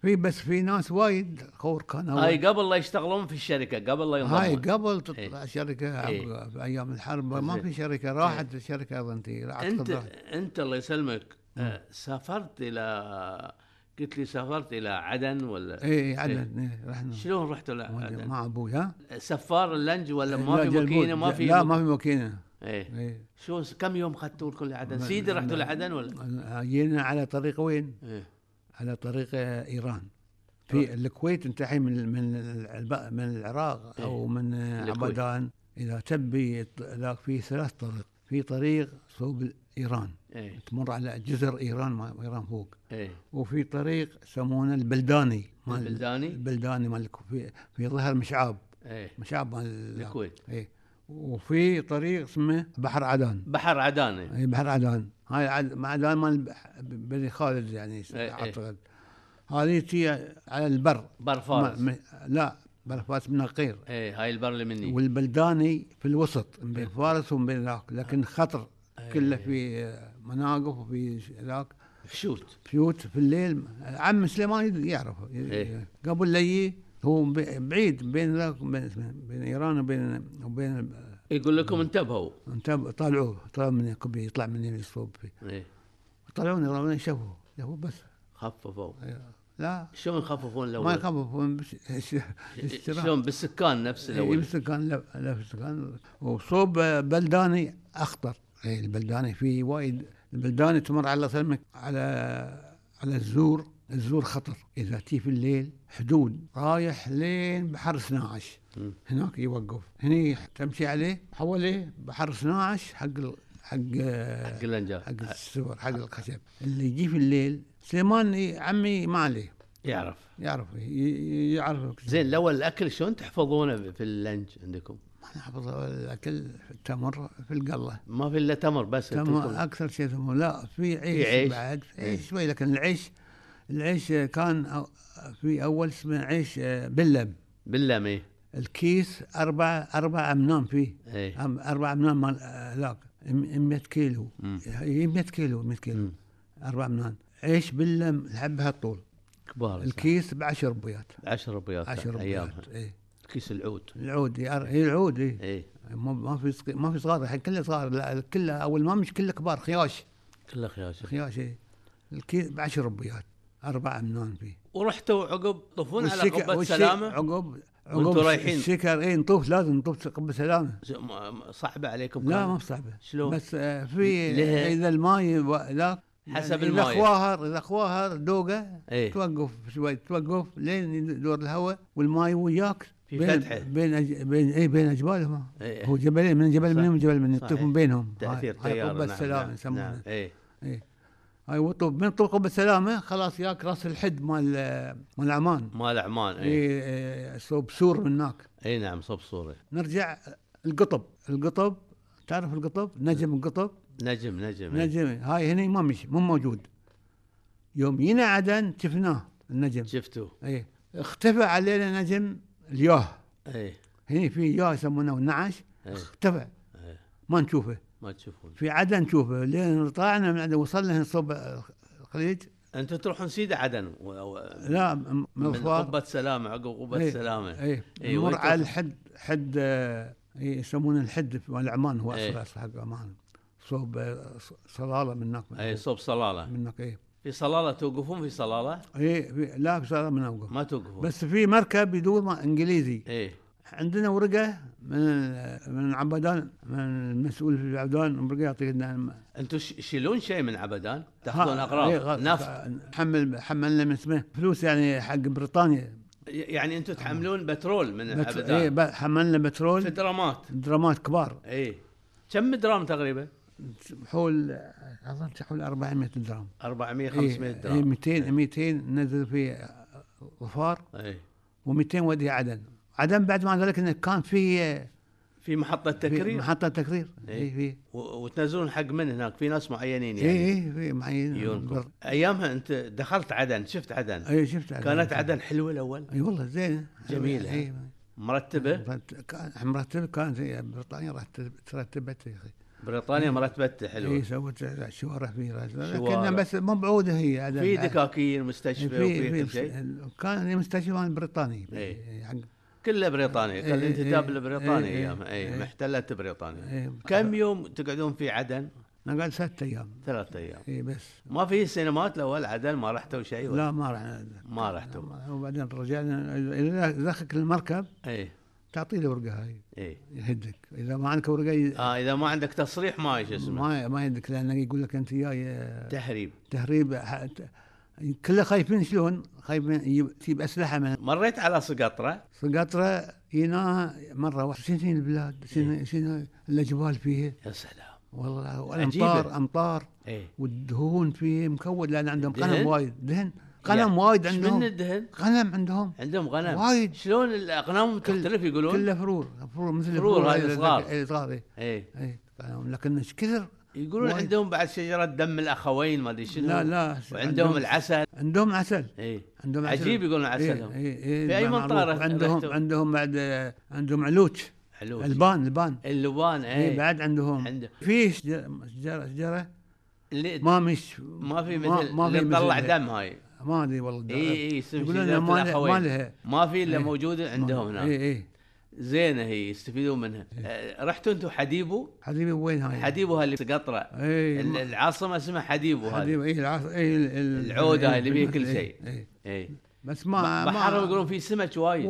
Speaker 4: في بس في ناس وايد خور كان أول.
Speaker 3: هاي قبل لا يشتغلون في الشركه قبل لا ينضمون
Speaker 4: هاي قبل تطلع
Speaker 3: إيه.
Speaker 4: شركه
Speaker 3: إيه.
Speaker 4: في ايام الحرب ما
Speaker 3: زين.
Speaker 4: في شركه راحت الشركه ايرلنديه راحت
Speaker 3: انت
Speaker 4: خضرت.
Speaker 3: انت الله يسلمك آه، سافرت الى قلت لي سافرت الى عدن ولا
Speaker 4: اي عدن إيه، رحنا
Speaker 3: شلون رحتوا لعدن؟
Speaker 4: مع ابوي ها
Speaker 3: سفار اللنج ولا
Speaker 4: لا،
Speaker 3: ما في
Speaker 4: جلبوت.
Speaker 3: ماكينه ما في
Speaker 4: لا ما في ماكينه
Speaker 3: ايه
Speaker 4: إيه.
Speaker 3: شو كم يوم خدتوا لكم لعدن؟
Speaker 4: ما-
Speaker 3: سيدي
Speaker 4: ما- إيه.
Speaker 3: رحتوا لعدن ولا؟
Speaker 4: جينا على طريق وين؟
Speaker 3: ايه
Speaker 4: على طريق آه، ايران في
Speaker 3: طيب.
Speaker 4: الكويت انت الحين من من الب- من العراق او من آه،
Speaker 3: إيه. الكويت.
Speaker 4: عبدان اذا تبي ط- ذاك في ثلاث طرق في طريق صوب ايران
Speaker 3: ايه
Speaker 4: تمر على جزر ايران ما ايران فوق
Speaker 3: ايه
Speaker 4: وفي طريق يسمونه البلداني مال-
Speaker 3: البلداني؟
Speaker 4: البلداني مال الكو- في في ظهر مشعاب
Speaker 3: ايه
Speaker 4: مشعب مال
Speaker 3: الكويت
Speaker 4: اي وفي طريق اسمه بحر عدن
Speaker 3: بحر عدن إيه.
Speaker 4: اي بحر عدن هاي عد- عدن مال ب- بني خالد يعني
Speaker 3: إيه.
Speaker 4: اعتقد هذه تي على البر
Speaker 3: بر فارس
Speaker 4: ما- ما- لا بر فارس من القير
Speaker 3: ايه هاي البر اليمني
Speaker 4: والبلداني في الوسط من بين فارس ومن بين ذاك لكن خطر
Speaker 3: إيه.
Speaker 4: كله في مناقف وفي ش- ذاك
Speaker 3: شوت
Speaker 4: بيوت في الليل عم سليمان يعرف
Speaker 3: إيه.
Speaker 4: قبل لا يجي هو بي- بعيد بين ذاك وبين بين ايران وبين وبين
Speaker 3: يقول
Speaker 4: إيه.
Speaker 3: لكم انتبهوا
Speaker 4: انتبه- طالعوه طلعوا من كبي يطلع من الصوب فيه
Speaker 3: ايه
Speaker 4: طلعوني رموني شافوا شافوا بس
Speaker 3: خففوا
Speaker 4: لا
Speaker 3: شلون يخففون
Speaker 4: ما
Speaker 3: الاول؟
Speaker 4: يخافوا
Speaker 3: إيه، شلون بالسكان نفس
Speaker 4: إيه،
Speaker 3: الاول
Speaker 4: السكان لا لا في السكان وصوب بلداني اخطر اي البلداني في وايد البلداني تمر على سلمك على على الزور الزور خطر اذا تي في الليل حدود رايح لين بحر 12
Speaker 3: مم.
Speaker 4: هناك يوقف هني تمشي عليه حواليه بحر 12 حق آه، ال- حق
Speaker 3: حق الانجاب
Speaker 4: حق السور حق الخشب اللي يجي في الليل سليمان ي- عمي ما عليه
Speaker 3: يعرف
Speaker 4: يعرف ي- ي- يعرف
Speaker 3: زين لو الاكل شلون تحفظونه في اللنج عندكم؟
Speaker 4: ما نحفظ الاكل التمر في القله
Speaker 3: ما في الا تمر بس
Speaker 4: تمر
Speaker 3: تمر
Speaker 4: اكثر شيء تمر لا في عيش,
Speaker 3: عيش.
Speaker 4: بعد في
Speaker 3: إيه.
Speaker 4: عيش شوي لكن العيش العيش كان أو- في اول اسمه عيش آه، بلم
Speaker 3: باللمي
Speaker 4: الكيس اربع اربع امنام فيه
Speaker 3: ايه
Speaker 4: أم- اربع امنام مال آه، ذاك م- 100 كيلو
Speaker 3: مم.
Speaker 4: هي 100 كيلو 100 كيلو
Speaker 3: مم.
Speaker 4: اربع امنام عيش بلم الحب هالطول
Speaker 3: كبار الكيس
Speaker 4: الكيس بعشر بيات
Speaker 3: 10 ربيات
Speaker 4: 10
Speaker 3: 10 ايامها
Speaker 4: ربيات إيه. اي
Speaker 3: كيس العود
Speaker 4: إيه. العود يار- اي العود اي
Speaker 3: ايه
Speaker 4: ما- ما في صغ- ما في صغار الحين كله صغار لا كله اول ما مش كله كبار خياش
Speaker 3: كله خياشة
Speaker 4: خياش اي الكيس ب 10 ربيات اربع امنان فيه
Speaker 3: ورحتوا عقب طفون على
Speaker 4: والسكر-
Speaker 3: قبة
Speaker 4: والشي-
Speaker 3: سلامة
Speaker 4: عقب عقب
Speaker 3: وانتوا رايحين.
Speaker 4: السكر اي إيه، نطوف لازم نطوف قبه سلامه
Speaker 3: ز- ما- ما- صعبة عليكم
Speaker 4: لا
Speaker 3: كان؟
Speaker 4: ما صعبه
Speaker 3: شلون؟
Speaker 4: بس آه، في
Speaker 3: لها-
Speaker 4: اذا الماي و- ذاك
Speaker 3: حسب
Speaker 4: اذا
Speaker 3: الماي.
Speaker 4: خواهر اذا خواهر دوقه
Speaker 3: ايه
Speaker 4: توقف شوي توقف لين يدور الهواء والماي وياك
Speaker 3: في
Speaker 4: بين
Speaker 3: فتحة.
Speaker 4: بين أج... بين اي بين اجبالهم
Speaker 3: إيه.
Speaker 4: هو جبلين من جبل
Speaker 3: صح.
Speaker 4: منهم وجبل من
Speaker 3: صحيح.
Speaker 4: يطوفون بينهم
Speaker 3: تأثير
Speaker 4: هاي- هاي
Speaker 3: تيار
Speaker 4: قبة السلامة
Speaker 3: نعم.
Speaker 4: يسمونها
Speaker 3: ايه
Speaker 4: إيه. هاي وطوف من طوف قبة السلامة خلاص ياك راس الحد مال آه، مال عمان
Speaker 3: مال عمان ايه
Speaker 4: إيه، إيه، صوب سور من هناك
Speaker 3: اي نعم صب صورة
Speaker 4: نرجع القطب القطب تعرف القطب نجم القطب
Speaker 3: نجم نجم إيه.
Speaker 4: نجم هاي هني ما مش مو موجود يوم جينا عدن شفناه النجم
Speaker 3: شفتوا
Speaker 4: ايه اختفى علينا نجم الياه
Speaker 3: ايه
Speaker 4: هنا في ياه يسمونه النعش
Speaker 3: إيه.
Speaker 4: اختفى
Speaker 3: إيه.
Speaker 4: ما نشوفه
Speaker 3: ما تشوفون
Speaker 4: في عدن نشوفه لين طلعنا من عدن وصلنا هنا صوب الخليج
Speaker 3: انتم تروحون سيدة عدن و... و...
Speaker 4: لا م-
Speaker 3: من
Speaker 4: مغفار
Speaker 3: قبة سلامة عقب قبة
Speaker 4: إيه.
Speaker 3: سلامة
Speaker 4: ايه
Speaker 3: إيه،
Speaker 4: نمر
Speaker 3: وين
Speaker 4: على
Speaker 3: توصل؟
Speaker 4: الحد حد آه، إيه، يسمونه الحد في مال عمان هو
Speaker 3: إيه.
Speaker 4: اصل اصل حق عمان صوب آه، ص- صلاله من هناك من
Speaker 3: اي صوب إيه، صلالة
Speaker 4: هناك ايه
Speaker 3: في صلالة توقفون في صلالة
Speaker 4: ايه في- لا صلاله من هناك
Speaker 3: ما توقفون
Speaker 4: بس في مركب يدور مع انجليزي
Speaker 3: ايه
Speaker 4: عندنا ورقه من من عبدان من المسؤول في عبدان ورقه يعطيك لنا
Speaker 3: انتم تشيلون شيء من عبدان تاخذون اغراض نفط
Speaker 4: إيه، حمل حملنا من اسمه فلوس يعني حق بريطانيا
Speaker 3: يعني انتم تحملون بترول من
Speaker 4: بتر... إيه
Speaker 3: عبدان
Speaker 4: ب- حملنا
Speaker 3: في
Speaker 4: بترول
Speaker 3: درامات
Speaker 4: درامات كبار
Speaker 3: اي كم درام تقريبا؟
Speaker 4: حول اظن حول 400 درام
Speaker 3: 400 500
Speaker 4: إيه إيه
Speaker 3: درام
Speaker 4: 200 200 نزل في ظفار
Speaker 3: اي إيه.
Speaker 4: و200 ودي عدن عدن بعد ما ذلك انه كان في
Speaker 3: في محطه
Speaker 4: في
Speaker 3: تكريم
Speaker 4: محطه تكرير اي في
Speaker 3: و- وتنزلون حق من هناك في ناس معينين يعني
Speaker 4: اي اي في معين
Speaker 3: يجونكم
Speaker 4: إيه، بر-
Speaker 3: ايامها انت دخلت عدن شفت عدن
Speaker 4: اي شفت عدن.
Speaker 3: كانت عدن حلوه الاول
Speaker 4: اي والله زينه
Speaker 3: جميلة.
Speaker 4: اي إيه.
Speaker 3: مرتبه
Speaker 4: كان مرتب كان زي بريطانيا رتب- ترتبت يا اخي
Speaker 3: بريطانيا مرتبتها
Speaker 4: اي
Speaker 3: حلوه
Speaker 4: سوت شوارع في راسها
Speaker 3: شوارع.
Speaker 4: لكنها بس مو بعوده هي عدن.
Speaker 3: في دكاكين مستشفى وفي
Speaker 4: إيه، في
Speaker 3: كل شيء
Speaker 4: في كان مستشفى بريطاني
Speaker 3: إي.
Speaker 4: حق
Speaker 3: كله بريطانيا كان
Speaker 4: إيه، إيه،
Speaker 3: الانتداب البريطاني
Speaker 4: إيه،
Speaker 3: ايامها اي
Speaker 4: إيه.
Speaker 3: محتلت بريطانيا
Speaker 4: إي.
Speaker 3: كم يوم تقعدون في عدن؟
Speaker 4: انا قاعد ثلاث ايام
Speaker 3: ثلاثة ايام
Speaker 4: اي بس
Speaker 3: ما في سينمات الاول عدن ما رحتوا شيء ولا
Speaker 4: لا ما رحنا
Speaker 3: أيوة. ما رحتوا
Speaker 4: وبعدين رجعنا اذا دخلك المركب
Speaker 3: اي
Speaker 4: تعطيه الورقه هاي
Speaker 3: اي
Speaker 4: يهدك اذا ما عندك ورقه ي-
Speaker 3: اه اذا ما عندك تصريح ما ايش اسمه
Speaker 4: ما ما يهدك لانه يقول لك انت جاي آه،
Speaker 3: تهريب
Speaker 4: تهريب ح- ت- كله خايفين شلون؟ خايفين يجيب- تجيب اسلحه من
Speaker 3: مريت على سقطره
Speaker 4: سقطرى جيناها مره واحده شنو البلاد شنو شنو الاجبال فيها
Speaker 3: يا سلام
Speaker 4: والله
Speaker 3: إيه. عجيبة.
Speaker 4: والامطار امطار
Speaker 3: اي
Speaker 4: والدهون فيه مكود لان عندهم
Speaker 3: دهن؟
Speaker 4: قلم وايد دهن
Speaker 3: يعني
Speaker 4: قلم وايد
Speaker 3: إيش من
Speaker 4: عندهم
Speaker 3: الدهن
Speaker 4: قلم عندهم
Speaker 3: عندهم غنم
Speaker 4: وايد.
Speaker 3: شلون الاغنام
Speaker 4: كل-
Speaker 3: تختلف يقولون
Speaker 4: كله فرور فرور مثل إيه،
Speaker 3: فرور هذه
Speaker 4: هذه
Speaker 3: صغار.
Speaker 4: اي صغار إي.
Speaker 3: اي
Speaker 4: اي إيه. قلم لكن ايش كثر
Speaker 3: إيه. يقولون
Speaker 4: وايد.
Speaker 3: عندهم بعد شجره دم الاخوين ما ادري شنو
Speaker 4: لا لا
Speaker 3: وعندهم العسل
Speaker 4: عندهم عسل
Speaker 3: اي
Speaker 4: عندهم عسل إيه،
Speaker 3: عجيب يقولون
Speaker 4: إي-
Speaker 3: عسلهم
Speaker 4: إي- إي،
Speaker 3: في أي
Speaker 4: معروف.
Speaker 3: منطقة رحت-
Speaker 4: عندهم
Speaker 3: رحتوا؟
Speaker 4: عندهم بعد آه، عندهم علوش
Speaker 3: حلو
Speaker 4: البان البان
Speaker 3: اللبان إيه.
Speaker 4: اي
Speaker 3: اي
Speaker 4: بعد عندهم
Speaker 3: عنده-
Speaker 4: في شجره شجره شجرة
Speaker 3: اللي
Speaker 4: ما مش
Speaker 3: إيه. ما في مثل اللي تطلع دم إيه، هاي
Speaker 4: ما ادري والله
Speaker 3: اي اي اسم
Speaker 4: يقولون
Speaker 3: شجرة
Speaker 4: ما لها-
Speaker 3: الأخوين.
Speaker 4: ما إيه، لها
Speaker 3: ما في الا
Speaker 4: إيه.
Speaker 3: موجوده عندهم هناك
Speaker 4: اي اي
Speaker 3: زينه هي يستفيدون منها
Speaker 4: إيه.
Speaker 3: آه، رحتوا انتم حديبو
Speaker 4: حبيبي وين هاي؟
Speaker 3: حديبو اللي سقطره
Speaker 4: اي
Speaker 3: ال-
Speaker 4: ما-
Speaker 3: العاصمه اسمها حديبو هذه
Speaker 4: حديبي اي العصر اي ال- إيه، ال-
Speaker 3: العودة هاي اللي
Speaker 4: إي،
Speaker 3: بيها كل
Speaker 4: إي،
Speaker 3: شيء.
Speaker 4: إي.
Speaker 3: اي
Speaker 4: بس إيه. ما
Speaker 3: بحر يقولون في سمك وايد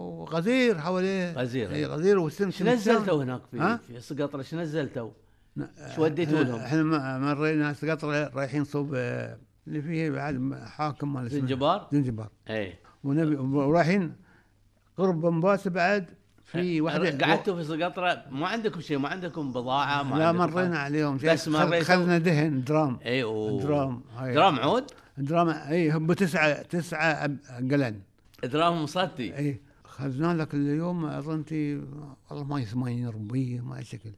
Speaker 4: وغزير حواليه
Speaker 3: غزير،
Speaker 4: اي
Speaker 3: إي.
Speaker 4: غزير والسمك
Speaker 3: شو نزلتوا هناك
Speaker 4: ها؟
Speaker 3: في في سقطره شو نزلتوا؟
Speaker 4: ن-
Speaker 3: شو وديتوا
Speaker 4: إحنا-
Speaker 3: لهم؟
Speaker 4: احنا م- مرينا سقطرة رايحين صوب آه، اللي فيه بعد م- حاكم مال اسمه-
Speaker 3: زنجبار؟
Speaker 4: زنجبار
Speaker 3: اي
Speaker 4: ونبي ورايحين قرب بنباس بعد في واحدة
Speaker 3: قعدتوا في سقطره ما عندكم شيء ما عندكم بضاعه ما
Speaker 4: لا
Speaker 3: عندكم
Speaker 4: مرينا
Speaker 3: حاجة.
Speaker 4: عليهم شيء.
Speaker 3: بس
Speaker 4: خل-
Speaker 3: مريتوا؟
Speaker 4: خذنا دهن درام
Speaker 3: اي و...
Speaker 4: درام إيه. هاي.
Speaker 3: درام عود
Speaker 4: دراما اي هم تسعه تسعه أب- قلن
Speaker 3: درام مصدي
Speaker 4: اي خذنا لك اليوم اظن تي- والله ما يسمعني ربيه ما شكل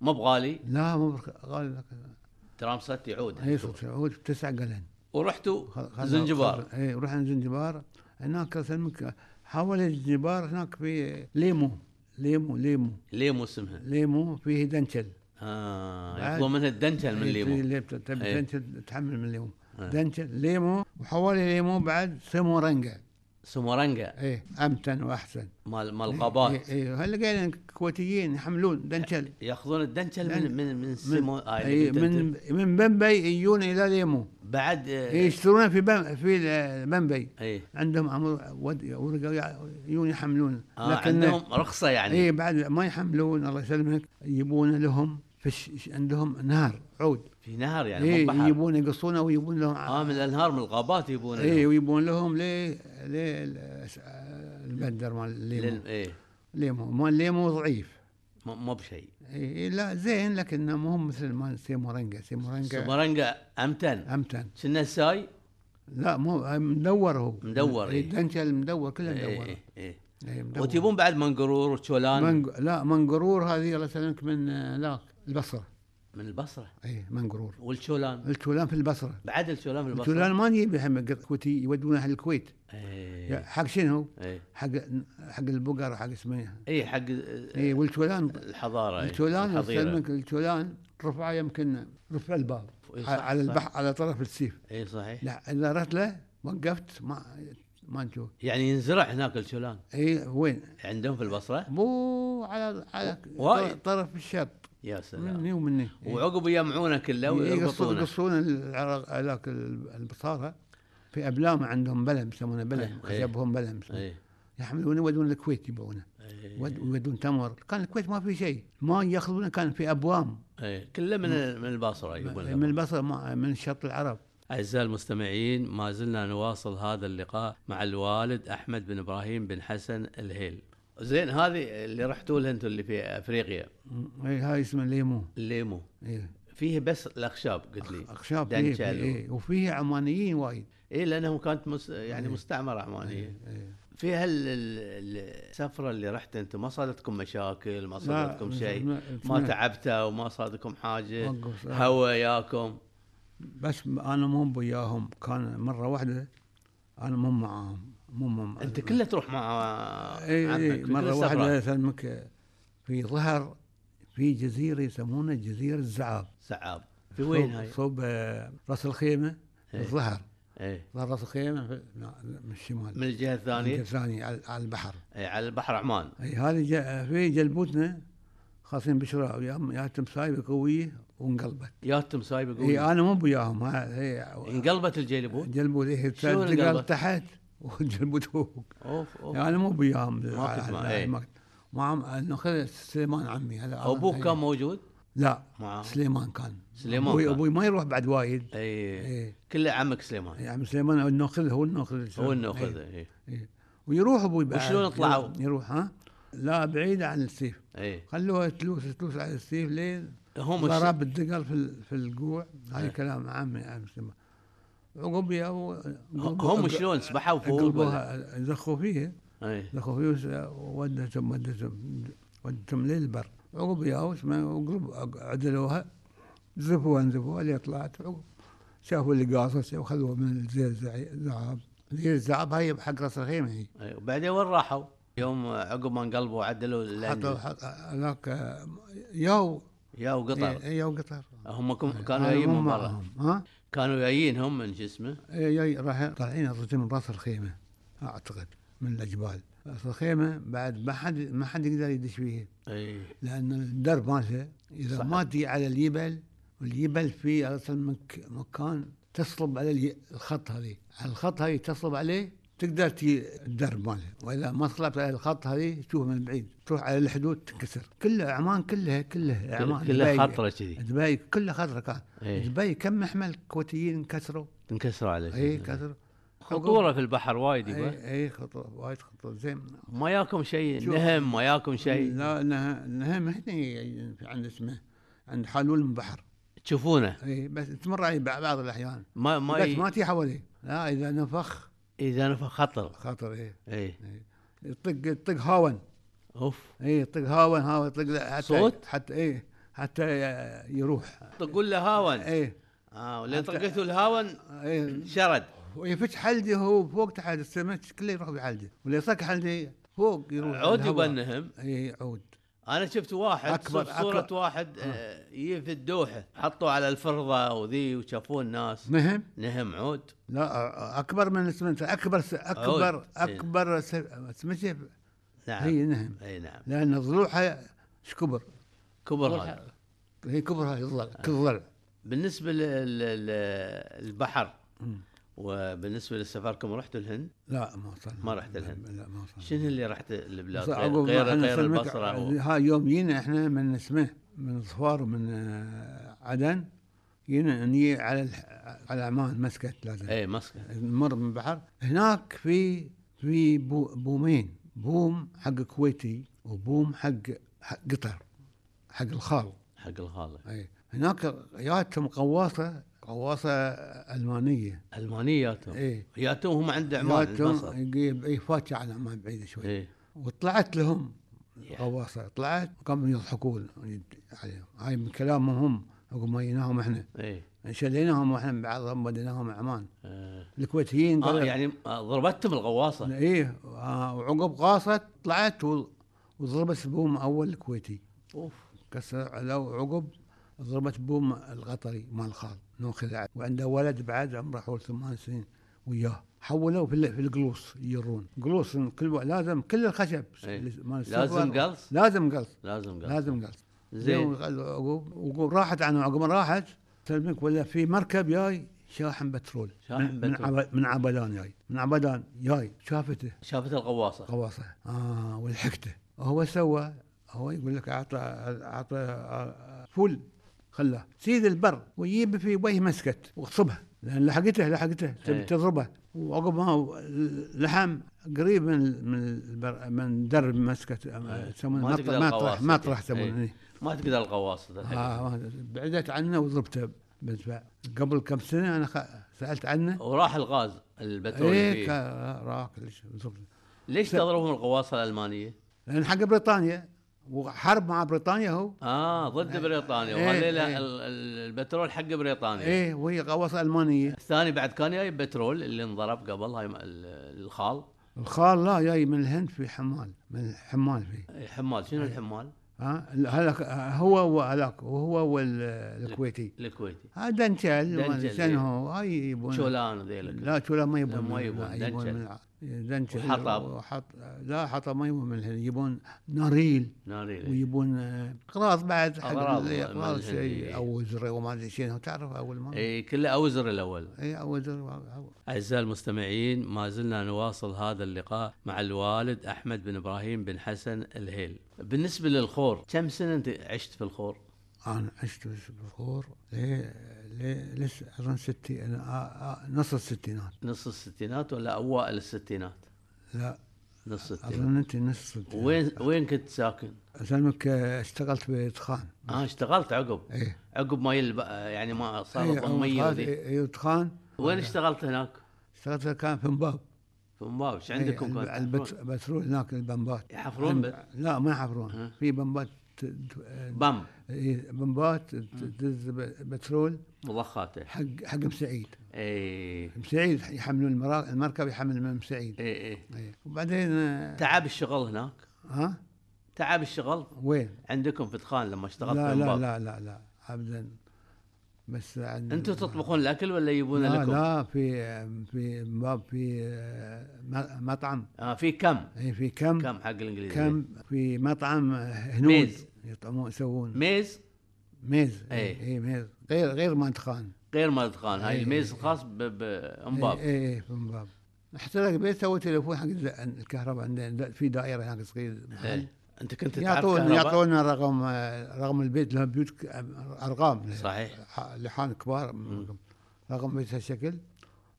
Speaker 3: ما بغالي
Speaker 4: لا مو برخ- قال لك
Speaker 3: درام صدي عود
Speaker 4: اي صوت سعود تسعه قلن إيه. خل-
Speaker 3: ورحتوا
Speaker 4: خذنا-
Speaker 3: زنجبار
Speaker 4: خذ- اي رحنا إيه، زنجبار هناك سلمك حول زنجبار هناك في ليمو ليمو ليمو
Speaker 3: ليه مو اسمها؟
Speaker 4: ليمو فيه إيه، دنشل
Speaker 3: اه
Speaker 4: بعد-
Speaker 3: ياخذون منها الدنشل من الليمو إي.
Speaker 4: دنشل تحمل من ليمو
Speaker 3: آه.
Speaker 4: دنشل ليمو وحوالي ليمو بعد سمو رنقه
Speaker 3: سمورنجا
Speaker 4: ايه امتن واحسن
Speaker 3: مال مال الغابات
Speaker 4: إيه- إيه هل لقينا كويتيين يحملون دنشل
Speaker 3: ياخذون الدنشل
Speaker 4: لأن-
Speaker 3: من من من
Speaker 4: يعني من
Speaker 3: سمو آه
Speaker 4: إيه من من بمبي يجون الى ليمو
Speaker 3: بعد آه، إيه.
Speaker 4: إيه يشترون في بم في ال- بمبي
Speaker 3: اي
Speaker 4: عندهم امر ود- ورقه يع- يجون يحملون
Speaker 3: آه عندهم رخصه يعني
Speaker 4: اي إيه، بعد ما يحملون الله يسلمك يجيبون لهم فش عندهم نهر عود
Speaker 3: في نهر يعني
Speaker 4: إيه
Speaker 3: مو بحر
Speaker 4: يجيبون يقصونه ويجيبون لهم
Speaker 3: اه من الانهار من الغابات يبون
Speaker 4: اي ويجيبون لهم ليه ليه ال- البندر مال الليمو
Speaker 3: ايه
Speaker 4: ليمو مال الليمو ضعيف
Speaker 3: مو- مو بشيء
Speaker 4: اي لا زين لكنه مو هم مثل ما سيمورانجا سيمورانجا
Speaker 3: سمورنجا امتن
Speaker 4: امتن
Speaker 3: شنو الساي؟
Speaker 4: لا مو مدور هو
Speaker 3: مدور، إيه.
Speaker 4: اي
Speaker 3: إي.
Speaker 4: دنشل مدور كله
Speaker 3: ايه
Speaker 4: مدور
Speaker 3: ايه ايه
Speaker 4: اي مدور
Speaker 3: وتجيبون بعد منقرور وشولان
Speaker 4: منج... لا منقرور هذه الله يسلمك من آه، لاك إيه، البصره
Speaker 3: من البصره
Speaker 4: اي منقرور
Speaker 3: والشولان
Speaker 4: التولان في البصره
Speaker 3: بعد الشولان من البصره
Speaker 4: التولان ما نجيب هم كويتي يودونه حق الكويت يعني
Speaker 3: ايه
Speaker 4: حق شنو؟
Speaker 3: ايه
Speaker 4: حق حق البقر حق اسمه
Speaker 3: ايه حق
Speaker 4: اي والتولان
Speaker 3: الحضاره إيه،
Speaker 4: التولان الله
Speaker 3: الحظيرة.
Speaker 4: يسلمك التولان رفعه يمكن رفع الباب
Speaker 3: إي إيه، صح،
Speaker 4: على
Speaker 3: صح.
Speaker 4: البحر على طرف السيف
Speaker 3: اي صحيح
Speaker 4: لا اذا رحت له وقفت ما ما نشوف
Speaker 3: يعني ينزرع هناك الشولان
Speaker 4: اي وين؟
Speaker 3: عندهم في البصره
Speaker 4: مو على على
Speaker 3: وايد.
Speaker 4: طرف الشط
Speaker 3: يا سلام
Speaker 4: مني ومني إيه،
Speaker 3: وعقب يجمعونه كله
Speaker 4: يقصون
Speaker 3: ويربطونه
Speaker 4: يقصون العرق هذاك ال- البصاره في ابلام عندهم بلم يسمونه بلم
Speaker 3: إيه.
Speaker 4: خشبهم بلم
Speaker 3: ايه
Speaker 4: يحملونه يودون الكويت يبونه
Speaker 3: إيه.
Speaker 4: ود- ويودون تمر كان الكويت ما في شيء ما ياخذونه كان في ابوام
Speaker 3: ايه كله من من البصره يقول لك.
Speaker 4: من البصره ما- من شط العرب
Speaker 3: أعزائي المستمعين ما زلنا نواصل هذا اللقاء مع الوالد أحمد بن إبراهيم بن حسن الهيل زين هذه اللي رحتوا لها أنتم اللي في أفريقيا
Speaker 4: م- إي، إيه، هاي اسمه ليمو
Speaker 3: الليمو
Speaker 4: إيه.
Speaker 3: فيه بس الأخشاب قلت لي
Speaker 4: اخشاب فيه-
Speaker 3: دنشل
Speaker 4: فيه-
Speaker 3: و-
Speaker 4: إيه. وفيه عمانيين وايد
Speaker 3: إيه لأنه كانت مس... يعني مستعمرة عمانية
Speaker 4: إيه.
Speaker 3: في هال ال- السفره اللي رحت انتم ما صادتكم مشاكل ما صادتكم شيء ما
Speaker 4: ما
Speaker 3: تعبتوا وما صادكم حاجه
Speaker 4: وقف.
Speaker 3: هوا ياكم
Speaker 4: بس انا مو وياهم كان مره واحده انا مو معاهم مو إيه، مو
Speaker 3: انت كله تروح مع
Speaker 4: اي
Speaker 3: عمك
Speaker 4: اي
Speaker 3: في
Speaker 4: مره
Speaker 3: كل
Speaker 4: واحده
Speaker 3: سفرة.
Speaker 4: سلمك في ظهر في جزيره يسمونها جزيره الزعاب
Speaker 3: سعاب في وين
Speaker 4: صوب-
Speaker 3: هاي؟
Speaker 4: صوب آه، راس الخيمه
Speaker 3: إيه.
Speaker 4: الظهر
Speaker 3: اي
Speaker 4: ظهر راس الخيمه في- لا، من الشمال
Speaker 3: إيه. من الجهه
Speaker 4: الجهة
Speaker 3: الثانيه
Speaker 4: الثانيه على على البحر
Speaker 3: اي على البحر عمان
Speaker 4: اي هذه جا- في جلبوتنا خاصين بشراء يا يا تمسايبه قويه وانقلبت
Speaker 3: ياتم سايب
Speaker 4: اي
Speaker 3: يقول
Speaker 4: انا مو بياهم ها- هي
Speaker 3: انقلبت الجيلبوت
Speaker 4: جلبوت هي
Speaker 3: شلون
Speaker 4: تنقل
Speaker 3: انقلبت؟
Speaker 4: تحت والجلبوت فوق
Speaker 3: اوف اوف
Speaker 4: يعني مو بياهم
Speaker 3: ما كنت معه، إيه.
Speaker 4: معهم ناخذ سليمان عمي هذا
Speaker 3: ابوك كان موجود
Speaker 4: لا
Speaker 3: معه
Speaker 4: سليمان كان
Speaker 3: آه. سليمان
Speaker 4: ابوي
Speaker 3: كان.
Speaker 4: ابوي ما يروح بعد وايد
Speaker 3: اي
Speaker 4: إيه.
Speaker 3: كله عمك سليمان
Speaker 4: يعني سليمان هو الناخذ هو الناخذ
Speaker 3: هو اللي اخذه اي
Speaker 4: إيه. ويروح ابوي بعد
Speaker 3: وشلون طلعوا؟
Speaker 4: يروح ها لا بعيد عن السيف
Speaker 3: اي
Speaker 4: خلوها تلوس تلوس على السيف لين
Speaker 3: إيه. هم الس-
Speaker 4: ضرب الدقل في ال- في الجوع
Speaker 3: إيه.
Speaker 4: هاي كلام عمي عم سليمان عقب يا
Speaker 3: هم شلون سبحوا فوق ولا؟
Speaker 4: قلبوها زخوا فيه
Speaker 3: اي
Speaker 4: الخفيوس ودتهم ودتهم ودتهم للبر عقب ياوس ما عقب عدلوها زفوها نزفوها اللي طلعت عقب شافوا اللي قاصص وخذوها من زي الزعاب زي الزعاب هاي بحق راس الخيمه هي
Speaker 3: أي. وبعدين وين راحوا؟ يوم عقب ما انقلبوا عدلوا
Speaker 4: حطوا
Speaker 3: الأندل.
Speaker 4: حط- هذاك آه، ياو
Speaker 3: يا وقطر
Speaker 4: إيه، ياو قطر
Speaker 3: هم كم- كانوا
Speaker 4: هاي
Speaker 3: جايين
Speaker 4: مو
Speaker 3: من برا
Speaker 4: معهم، ها
Speaker 3: كانوا جايين هم من جسمه
Speaker 4: إيه، جاي راح طالعين الرجال من راس الخيمه اعتقد من الاجبال راس الخيمه بعد ما حد ما حد يقدر يدش فيها
Speaker 3: اي
Speaker 4: لان الدرب مالها اذا
Speaker 3: صحيح.
Speaker 4: ما تجي على اليبل واليبل في اصلا مك مكان تصلب على الي- الخط هذه على الخط هذه تصلب عليه تقدر تجي الدرب مالها واذا ما صلبت على الخط هذه تشوف من بعيد تروح على الحدود تنكسر كلها عمان كلها كلها عمان
Speaker 3: كلها
Speaker 4: دبي-
Speaker 3: خطره كذي
Speaker 4: دبي كلها خطره كانت
Speaker 3: إيه.
Speaker 4: دبي كم محمل كويتيين انكسروا إيه،
Speaker 3: انكسروا على
Speaker 4: اي
Speaker 3: شيء
Speaker 4: كسروا
Speaker 3: خطوره في البحر إيه. وايد يبا
Speaker 4: اي اي خطوه إيه، وايد خطوه زين
Speaker 3: ما ياكم شيء
Speaker 4: شوف.
Speaker 3: نهم ما ياكم شيء
Speaker 4: لا انها انها ما هي عند اسمه عند حلول من بحر
Speaker 3: تشوفونه
Speaker 4: اي بس تمر علي بع- بعض الاحيان
Speaker 3: ما ما
Speaker 4: بس ما
Speaker 3: ي...
Speaker 4: تي حواليه لا اذا نفخ
Speaker 3: اذا نفخ خطر إيه.
Speaker 4: خاطر ايه
Speaker 3: اي
Speaker 4: يطق يطق هاون
Speaker 3: اوف
Speaker 4: اي يطق هاون هاون يطق له حتى
Speaker 3: صوت؟
Speaker 4: حتى اي حتى ي- يروح
Speaker 3: تقول له هاون
Speaker 4: اي
Speaker 3: اه لين طقته الهاون
Speaker 4: اي
Speaker 3: شرد
Speaker 4: ويفتش حلدي هو فوق تحت السمك كله يروح بحلدي ولا يصك حلدي فوق يروح
Speaker 3: عود
Speaker 4: الهواء.
Speaker 3: يبنهم
Speaker 4: اي عود
Speaker 3: انا شفت واحد
Speaker 4: أكبر-
Speaker 3: أكبر صورة
Speaker 4: أكبر.
Speaker 3: واحد آه، يجي في الدوحة حطوا على الفرضة وذي وشافوه الناس
Speaker 4: مهم
Speaker 3: نهم عود
Speaker 4: لا أ- اكبر من السمك اكبر س-
Speaker 3: عود.
Speaker 4: اكبر
Speaker 3: إيه.
Speaker 4: اكبر سمكه
Speaker 3: نعم
Speaker 4: هي نهم
Speaker 3: اي نعم
Speaker 4: لان ضلوعها شكبر
Speaker 3: كبر هذا
Speaker 4: هي كبرها يضلع
Speaker 3: آه.
Speaker 4: كالضلع
Speaker 3: بالنسبة للبحر وبالنسبة لسفركم رحتوا الهند
Speaker 4: لا ما صار
Speaker 3: ما رحت الهند.
Speaker 4: لا ما صار
Speaker 3: شنو اللي رحت البلاد
Speaker 4: آه. بس
Speaker 3: غير
Speaker 4: عقب
Speaker 3: غير,
Speaker 4: إحنا إيه.
Speaker 3: غير
Speaker 4: سلمت-
Speaker 3: البصرة و...
Speaker 4: ها يوم جينا احنا من اسمه من صفار ومن آه، عدن جينا نجي على الح- على عمان مسكت لازم
Speaker 3: اي مسكة
Speaker 4: نمر من البحر هناك في في بو بومين بوم حق كويتي وبوم حق حق قطر حق الخال
Speaker 3: حق الخالة
Speaker 4: اي هناك جاتهم قواصه قواصه المانيه
Speaker 3: المانية ياتهم
Speaker 4: اي
Speaker 3: ياتهم هم عند عمان إيه، البصر
Speaker 4: جاتهم اي فاتحه إيه، على عمان بعيده شوي
Speaker 3: اي
Speaker 4: وطلعت لهم غواصه طلعت قاموا يضحكون عليهم هاي من كلامهم هم عقب ما جيناهم احنا
Speaker 3: اي
Speaker 4: شليناهم واحنا بعضهم وديناهم عمان
Speaker 3: آه.
Speaker 4: الكويتيين
Speaker 3: آه
Speaker 4: قالوا
Speaker 3: يعني آه، ضربتهم الغواصة
Speaker 4: ايه آه، وعقب غاصت طلعت و- وضربت بوم اول كويتي
Speaker 3: اوف
Speaker 4: كسر على عقب ضربت بوم القطري مال الخال نو خلع وعنده ولد بعد عمره حول ثمان سنين وياه حولوه في ال- في القلوص يجرون قلوص كل وا- لازم كل الخشب
Speaker 3: إيه.
Speaker 4: مال السفر.
Speaker 3: لازم قلص؟
Speaker 4: لازم قلص
Speaker 3: لازم قال
Speaker 4: لازم قلص
Speaker 3: زين
Speaker 4: عقب وعقب راحت عنه عقب ما راحت سلمك ولا في مركب جاي شاحن بترول
Speaker 3: شاحن
Speaker 4: من- من,
Speaker 3: بترول.
Speaker 4: عب- من عبدان جاي من عبدان جاي شافته
Speaker 3: شافت الغواصة
Speaker 4: غواصه اه ولحقته هو سوى هو يقول لك اعطى اعطى آه، فول خلاه سيد البر ويجيب في وجه مسكت وغصبها لان لحقته لحقته
Speaker 3: إيه.
Speaker 4: تبي تضربه وعقب ما هو لحم قريب من من البر من درب مسكت
Speaker 3: إيه.
Speaker 4: يسمونه
Speaker 3: ما تقدر
Speaker 4: مطرح مطرح
Speaker 3: الغواصة
Speaker 4: مطرح
Speaker 3: دي. إيه.
Speaker 4: يسمونه
Speaker 3: ما تقدر الغواصة تلحقها.
Speaker 4: آه ما- بعدت عنه وضربته بالفعل قبل كم سنه انا خ- سالت عنه
Speaker 3: وراح الغاز البترولي
Speaker 4: ايه
Speaker 3: فيه
Speaker 4: كا- راح كل شيء بالضبط.
Speaker 3: ليش تضربهم القواصله الالمانيه؟
Speaker 4: لان حق بريطانيا وحرب مع بريطانيا هو
Speaker 3: اه ضد بريطانيا
Speaker 4: إيه،
Speaker 3: وهذيلا
Speaker 4: إيه.
Speaker 3: ال- ال- البترول حق بريطانيا
Speaker 4: ايه وهي غواص المانيه
Speaker 3: الثاني بعد كان جاي بترول اللي انضرب قبل هاي ال- الخال
Speaker 4: الخال لا جاي من الهند في حمال من الحمال فيه
Speaker 3: الحمال إيه، شنو
Speaker 4: إيه.
Speaker 3: الحمال؟
Speaker 4: ها هذاك هو وهذاك وهو والكويتي
Speaker 3: الكويتي
Speaker 4: ها دنشل
Speaker 3: دنشل،
Speaker 4: دنشل هو
Speaker 3: إيه.
Speaker 4: هاي يبون
Speaker 3: شولان وذيلك
Speaker 4: لا شولا ما
Speaker 3: لا،
Speaker 4: يبون
Speaker 3: ما
Speaker 4: من-
Speaker 3: يبون،
Speaker 4: لا،
Speaker 3: دنشل.
Speaker 4: من الع- دنشل
Speaker 3: وحطب.
Speaker 4: وحط لا حطب ما يبون من الهند يبون ناريل
Speaker 3: ناري
Speaker 4: ويبون آه، اقراص بعد حق
Speaker 3: إيه. أغراض
Speaker 4: ال-
Speaker 3: من
Speaker 4: اقراص
Speaker 3: الهند، إيه.
Speaker 4: شيء او زر وما ادري شنو تعرف اول ما
Speaker 3: اي كله اوزر الاول
Speaker 4: اي او زر
Speaker 3: أعزائي المستمعين ما زلنا نواصل هذا اللقاء مع الوالد أحمد بن إبراهيم بن حسن الهيل بالنسبة للخور كم سنة أنت عشت في الخور؟
Speaker 4: انا عشت بالخور ليه ليه لسه اظن ستي أنا آه، آه، نص الستينات
Speaker 3: نص الستينات ولا أوائل الستينات؟
Speaker 4: لا
Speaker 3: نص الستينات
Speaker 4: اظن انت نص الستينات
Speaker 3: إيه. وين وين كنت ساكن؟
Speaker 4: أسلمك آه، اشتغلت بإتخان
Speaker 3: اه اشتغلت عقب
Speaker 4: إيه
Speaker 3: عقب ما يلب... يعني ما
Speaker 4: إيه،
Speaker 3: صارت
Speaker 4: عمر
Speaker 3: أمية
Speaker 4: خالد،
Speaker 3: ذي.
Speaker 4: إيه، إيه، إتخان
Speaker 3: وين اشتغلت هناك؟
Speaker 4: اشتغلت كان في مباب
Speaker 3: في مباب ايش عندكم
Speaker 4: إيه،
Speaker 3: كنت؟
Speaker 4: الب- البت- البترول هناك البمبات
Speaker 3: يحفرون
Speaker 4: عند-
Speaker 3: بت-
Speaker 4: لا ما يحفرون
Speaker 3: ها.
Speaker 4: في بمبات ت- ت- آه،
Speaker 3: بام
Speaker 4: إيه، بمبات ت- تدز ب- بترول
Speaker 3: مضخاته
Speaker 4: حق حق مسعيد
Speaker 3: اي
Speaker 4: مسعيد يحملون المرا- المركب يحمل من مسعيد
Speaker 3: اي اي
Speaker 4: إيه. وبعدين آه،
Speaker 3: تعب الشغل هناك
Speaker 4: ها
Speaker 3: تعب الشغل
Speaker 4: وين؟
Speaker 3: عندكم في تخان لما اشتغلت
Speaker 4: لا
Speaker 3: في
Speaker 4: لا
Speaker 3: مباب
Speaker 4: لا لا لا ابدا بس عند
Speaker 3: انتم تطبخون الاكل ولا يجيبونه
Speaker 4: لا
Speaker 3: لكم؟
Speaker 4: لا في في مباب في آه، م- مطعم
Speaker 3: آه في كم؟
Speaker 4: إيه، في كم
Speaker 3: كم حق الانجليزي؟
Speaker 4: كم في مطعم هنود
Speaker 3: ميز.
Speaker 4: يطعمون يسوون
Speaker 3: ميز
Speaker 4: ميز
Speaker 3: إيه.
Speaker 4: اي ميز غير غير ما تخان
Speaker 3: غير مال تخان هاي
Speaker 4: إيه.
Speaker 3: الميز الخاص ب-
Speaker 4: اي
Speaker 3: بامباب
Speaker 4: اي في مباب احترق بيت سوى تليفون حق الد- الكهرباء عندنا د- في دائره هناك صغير محل
Speaker 3: إيه. انت كنت تعرف
Speaker 4: يعطون
Speaker 3: كهرباء؟
Speaker 4: يعطونا رقم آه، رقم البيت لها بيوت ك- ارقام
Speaker 3: صحيح.
Speaker 4: ح- لحان كبار رقم بيت هالشكل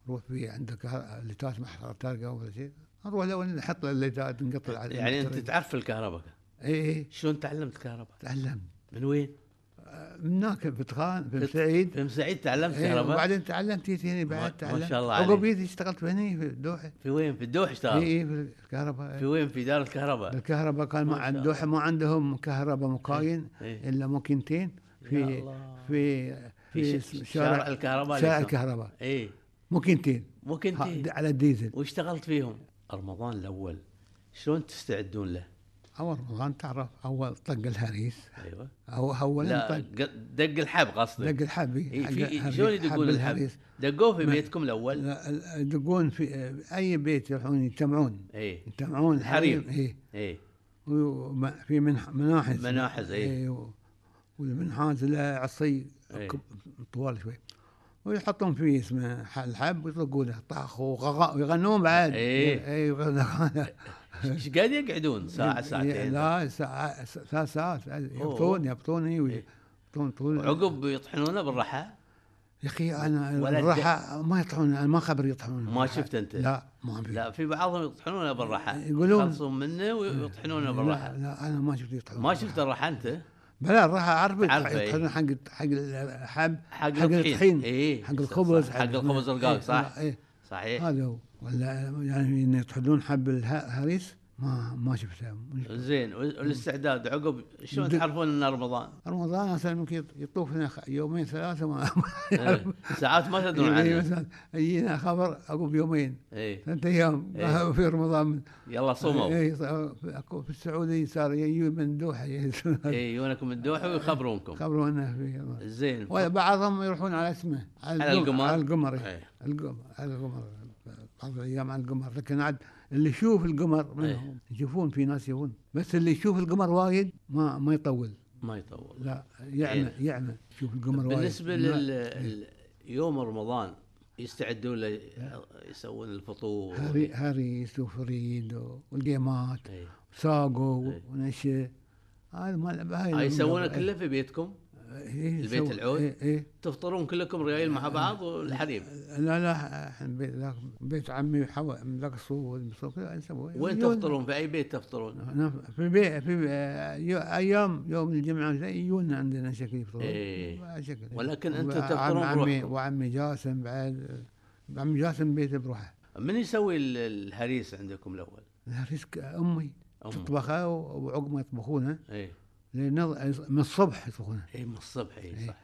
Speaker 4: روح في عندك ه- ليتات محطة تارقه ولا شيء نروح لو نحط الليتات نقطع على- إيه،
Speaker 3: يعني انت
Speaker 4: نحترق.
Speaker 3: تعرف الكهرباء
Speaker 4: اي اي
Speaker 3: شلون تعلمت الكهرباء؟
Speaker 4: تعلمت
Speaker 3: من وين؟
Speaker 4: من هناك بتخان في سعيد
Speaker 3: في مسعيد تعلمت
Speaker 4: إيه،
Speaker 3: كهرباء؟
Speaker 4: وبعدين تعلمت جيت هنا
Speaker 3: ما-
Speaker 4: بعد
Speaker 3: ما
Speaker 4: تعلمت
Speaker 3: شاء الله عليك. آه.
Speaker 4: عقب جيت اشتغلت هنا في الدوحه
Speaker 3: في وين؟ في الدوح
Speaker 4: اي
Speaker 3: اشتغلت؟
Speaker 4: اي في الكهرباء
Speaker 3: في
Speaker 4: إيه.
Speaker 3: وين؟ في دار الكهرباء؟
Speaker 4: الكهرباء كان
Speaker 3: ما شاء
Speaker 4: مع الدوحه ما عندهم كهرباء مكاين
Speaker 3: إيه.
Speaker 4: الا مكينتين
Speaker 3: يا
Speaker 4: في
Speaker 3: الله.
Speaker 4: في
Speaker 3: في
Speaker 4: في
Speaker 3: ش- شارع الكهرباء
Speaker 4: شارع
Speaker 3: اللي كان.
Speaker 4: الكهرباء
Speaker 3: اي
Speaker 4: مكينتين
Speaker 3: ممكن
Speaker 4: ها-
Speaker 3: تي-
Speaker 4: على الديزل
Speaker 3: إيه؟ واشتغلت فيهم رمضان الاول شلون تستعدون له؟
Speaker 4: اول رمضان تعرف اول طق الهريس
Speaker 3: ايوه
Speaker 4: او اول
Speaker 3: لا
Speaker 4: طق
Speaker 3: ق- دق الحب قصدك
Speaker 4: طيب؟ دق الحبي
Speaker 3: إيه،
Speaker 4: حق نعم.
Speaker 3: في
Speaker 4: الهريس-
Speaker 3: شلون
Speaker 4: حب
Speaker 3: يدقون الحب؟ دقوه في بيتكم الاول؟
Speaker 4: لا، ال- يدقون في اي بيت يروحون يجتمعون
Speaker 3: اي
Speaker 4: يجتمعون إيه.
Speaker 3: الحريم.
Speaker 4: اي
Speaker 3: اي
Speaker 4: في منح مناحز
Speaker 3: مناحز، إيه.
Speaker 4: إيه، و- والمنحاز له عصي
Speaker 3: إيه.
Speaker 4: كب- طوال شوي ويحطون فيه اسمه ح- الحب ويطلقونه طاخ وغغا- ويغنون بعد
Speaker 3: إيه.
Speaker 4: اي يغنون.
Speaker 3: ايش قاعد يقعدون ساعه ساعتين
Speaker 4: لا ساعة ثلاث ساعات يبطون
Speaker 3: أوه.
Speaker 4: يبطون إيه، ويبطون طول
Speaker 3: عقب يطحنونه بالرحى
Speaker 4: يا اخي انا
Speaker 3: ولا
Speaker 4: الراحه ما يطحون انا ما خبر يطحون
Speaker 3: ما شفت أنت؟
Speaker 4: لا ما في
Speaker 3: لا في بعضهم يطحنونه بالرحى
Speaker 4: يقولون-
Speaker 3: يخلصون منه ويطحنونه
Speaker 4: لا,
Speaker 3: بالرحى
Speaker 4: لا انا ما شفت يطحون
Speaker 3: ما شفت الرحى انت؟
Speaker 4: بلا الراحه اعرف
Speaker 3: تعرف إيه.
Speaker 4: يطحنون حق حق الحب
Speaker 3: حق الطحين. إيه،
Speaker 4: حق
Speaker 3: صح-
Speaker 4: الخبز
Speaker 3: صح. حق الخبز الرقاق،
Speaker 4: إيه،
Speaker 3: صح.
Speaker 4: إيه،
Speaker 3: صحيح
Speaker 4: هذا هو ولا يعني ان يطحنون حب الهريس ما ما شفته
Speaker 3: زين والاستعداد عقب شلون
Speaker 4: دق-
Speaker 3: تعرفون انه رمضان؟
Speaker 4: رمضان اصلا ممكن يطوف لنا خ- يومين ثلاثه ما
Speaker 3: إيه. ساعات ما تدرون
Speaker 4: يعني
Speaker 3: عنه
Speaker 4: مثلا يجينا خبر عقب يومين
Speaker 3: اي
Speaker 4: ثلاث ايام
Speaker 3: إيه.
Speaker 4: في رمضان
Speaker 3: يلا صوموا
Speaker 4: إيه، صار- اكو في السعوديه صار يجي من دوحه
Speaker 3: إيه.
Speaker 4: إيه.
Speaker 3: اي يجونكم الدوحه ويخبرونكم
Speaker 4: خبرونا في
Speaker 3: زين
Speaker 4: وبعضهم يروحون على اسمه
Speaker 3: على القمر.
Speaker 4: على القمر
Speaker 3: إيه.
Speaker 4: إيه. القمر على القمر بعض الايام على القمر لكن عاد اللي يشوف
Speaker 3: إيه.
Speaker 4: القمر منهم يشوفون في ناس يشوفون بس اللي يشوف القمر وايد ما ما يطول
Speaker 3: ما يطول
Speaker 4: لا يعمى يعمى يشوف القمر وايد
Speaker 3: بالنسبه
Speaker 4: لا.
Speaker 3: إيه. لل ال- يوم رمضان يستعدون ل
Speaker 4: إيه.
Speaker 3: يسوون الفطور
Speaker 4: هري هريس وفريد و- والقيمات
Speaker 3: إيه.
Speaker 4: ساقو
Speaker 3: إيه.
Speaker 4: ونشي هذا ما هاي
Speaker 3: هاي آه، يسوونه كله في بيتكم
Speaker 4: إيه،
Speaker 3: البيت
Speaker 4: يسوون-
Speaker 3: العود؟
Speaker 4: إيه, إيه
Speaker 3: تفطرون كلكم ريايل مع بعض والحريم
Speaker 4: لا لا إحنا بيت, لا- بيت عمي حو... لقصوا ولبسوا كذا نسوي
Speaker 3: وين
Speaker 4: يجون-
Speaker 3: تفطرون في اي بيت تفطرون
Speaker 4: أنا في بي... في بي... يو- ايام يوم الجمعه زي يجونا عندنا شكل يفطرون
Speaker 3: إيه.
Speaker 4: ما شكل
Speaker 3: ولكن أنتم
Speaker 4: وعم-
Speaker 3: تفطرون
Speaker 4: عمي
Speaker 3: بروحكم.
Speaker 4: وعمي جاسم بعد عمي جاسم بيته بروحه
Speaker 3: من يسوي ال- الهريس عندكم الاول
Speaker 4: رزق امي
Speaker 3: أم.
Speaker 4: تطبخه وعقب ما يطبخونه
Speaker 3: اي
Speaker 4: لنض- من الصبح يطبخونه
Speaker 3: اي إيه، من الصبح اي صح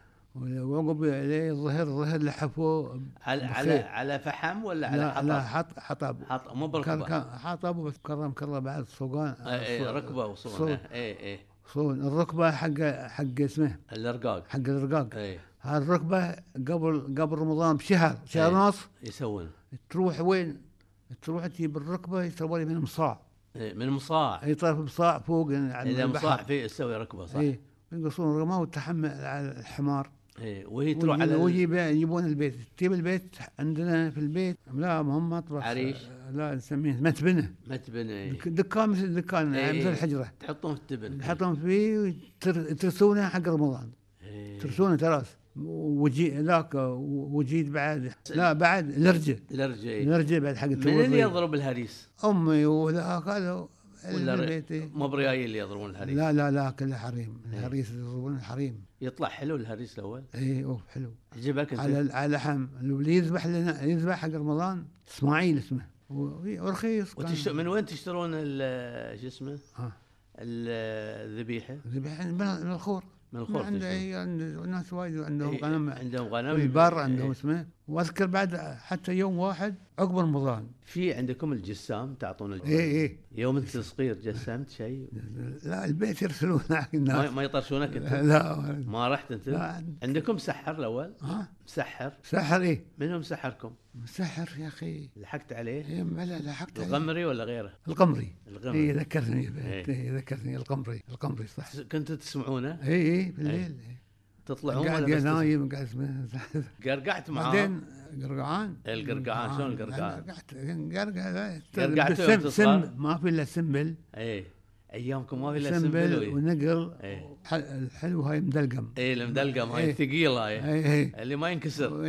Speaker 4: إيه. وعقب لي الظهر الظهر لحفوه
Speaker 3: على على
Speaker 4: بخير.
Speaker 3: على فحم ولا على
Speaker 4: لا لا
Speaker 3: حطب؟
Speaker 4: حط حطب
Speaker 3: حطب مو إيه،
Speaker 4: كان
Speaker 3: بركبه
Speaker 4: كان حطب بس كرم كرم بعد صوغان
Speaker 3: اي اي
Speaker 4: صو-
Speaker 3: ركبه وصون
Speaker 4: صون-
Speaker 3: اي اي
Speaker 4: صون الركبه حق حق اسمه
Speaker 3: الارقاق
Speaker 4: حق الرقاق
Speaker 3: اي
Speaker 4: هالركبه قبل قبل رمضان بشهر شهر
Speaker 3: إيه.
Speaker 4: ونص
Speaker 3: يسوون
Speaker 4: تروح وين؟ تروح تجيب الركبه يسوي لي منهم صاع
Speaker 3: إيه، من مصاع
Speaker 4: اي طرف بصاع فوق يعني على
Speaker 3: اذا مصاع
Speaker 4: البحر إيه.
Speaker 3: في يسوي ركبه صح
Speaker 4: اي يقصون الرماه وتحمل على الحمار
Speaker 3: اي إيه، وهي تروح على
Speaker 4: ويجيب-
Speaker 3: ال-
Speaker 4: ويجيب يجيبون البيت تجيب البيت عندنا في البيت لا مهم مطبخ
Speaker 3: عريش.
Speaker 4: لا نسميه متبنه
Speaker 3: متبن إيه.
Speaker 4: دك- دكان مثل دكان
Speaker 3: إيه،
Speaker 4: مثل
Speaker 3: إيه.
Speaker 4: الحجره
Speaker 3: تحطهم في التبن
Speaker 4: تحطهم فيه وتر- ترسونه حق رمضان
Speaker 3: إيه.
Speaker 4: ترسونه تراس وجي ذاك وجيد بعد لا بعد الرجه
Speaker 3: الارجل إيه.
Speaker 4: الرجه بعد حق
Speaker 3: من اللي
Speaker 4: التوظيف.
Speaker 3: يضرب الهريس؟
Speaker 4: امي وذاك هذا
Speaker 3: ولا
Speaker 4: اللي
Speaker 3: ر-
Speaker 4: بيت، إيه.
Speaker 3: مو برياي اللي يضربون الهريس
Speaker 4: لا لا لا كله حريم
Speaker 3: إيه.
Speaker 4: الحريس يضربون الحريم
Speaker 3: يطلع حلو الهريس الاول
Speaker 4: اي اوف حلو
Speaker 3: عجبك انت
Speaker 4: على على لحم اللي يذبح لنا يذبح حق رمضان اسماعيل اسمه و- ورخيص كان.
Speaker 3: وتشت... من وين تشترون ال- شو اسمه
Speaker 4: آه.
Speaker 3: ال- الذبيحه
Speaker 4: ذبح من من الخور
Speaker 3: من
Speaker 4: من
Speaker 3: الخور
Speaker 4: عند
Speaker 3: تشترون.
Speaker 4: أي- عند ناس وايد عندهم
Speaker 3: إيه،
Speaker 4: غنم
Speaker 3: عندهم غنم
Speaker 4: البر
Speaker 3: إيه.
Speaker 4: عندهم اسمه واذكر بعد حتى يوم واحد عقب رمضان
Speaker 3: في عندكم الجسام تعطون الج-
Speaker 4: إيه، إيه.
Speaker 3: يوم انت صغير جسمت شيء
Speaker 4: لا البيت يرسلون حق
Speaker 3: ما,
Speaker 4: الناس
Speaker 3: ما يطرشونك انت
Speaker 4: لا
Speaker 3: ما رحت انت
Speaker 4: لا
Speaker 3: عندكم سحر الاول
Speaker 4: ها
Speaker 3: مسحر
Speaker 4: سحر ايه
Speaker 3: منهم سحركم
Speaker 4: سحر يا اخي
Speaker 3: لحقت عليه
Speaker 4: إيه، بلا لحقت عليه.
Speaker 3: الغمري ولا غيره
Speaker 4: القمري
Speaker 3: الغمري.
Speaker 4: اي ذكرني
Speaker 3: إيه.
Speaker 4: بيت اي ذكرني القمري القمري صح
Speaker 3: تس- كنتوا تسمعونه
Speaker 4: اي اي بالليل إيه.
Speaker 3: تطلعون
Speaker 4: قاعد
Speaker 3: ولا
Speaker 4: يا
Speaker 3: بس تسمع؟
Speaker 4: نايم قاعد اسمه
Speaker 3: قرقعت معاه
Speaker 4: بعدين قرقعان
Speaker 3: القرقعان، شلون القرقعان؟
Speaker 4: قرقعت قرقع
Speaker 3: قرقعتوا
Speaker 4: بس
Speaker 3: يوم
Speaker 4: سم,
Speaker 3: تصغر؟
Speaker 4: سم ما في الا سمبل
Speaker 3: ايه ايامكم ما في الا
Speaker 4: سمبل
Speaker 3: سنبل
Speaker 4: ونقل
Speaker 3: إيه.
Speaker 4: ح- الحلو هاي مدلقم
Speaker 3: ايه المدلقه هاي
Speaker 4: إيه.
Speaker 3: الثقيله هاي
Speaker 4: اي اي
Speaker 3: اللي ما ينكسر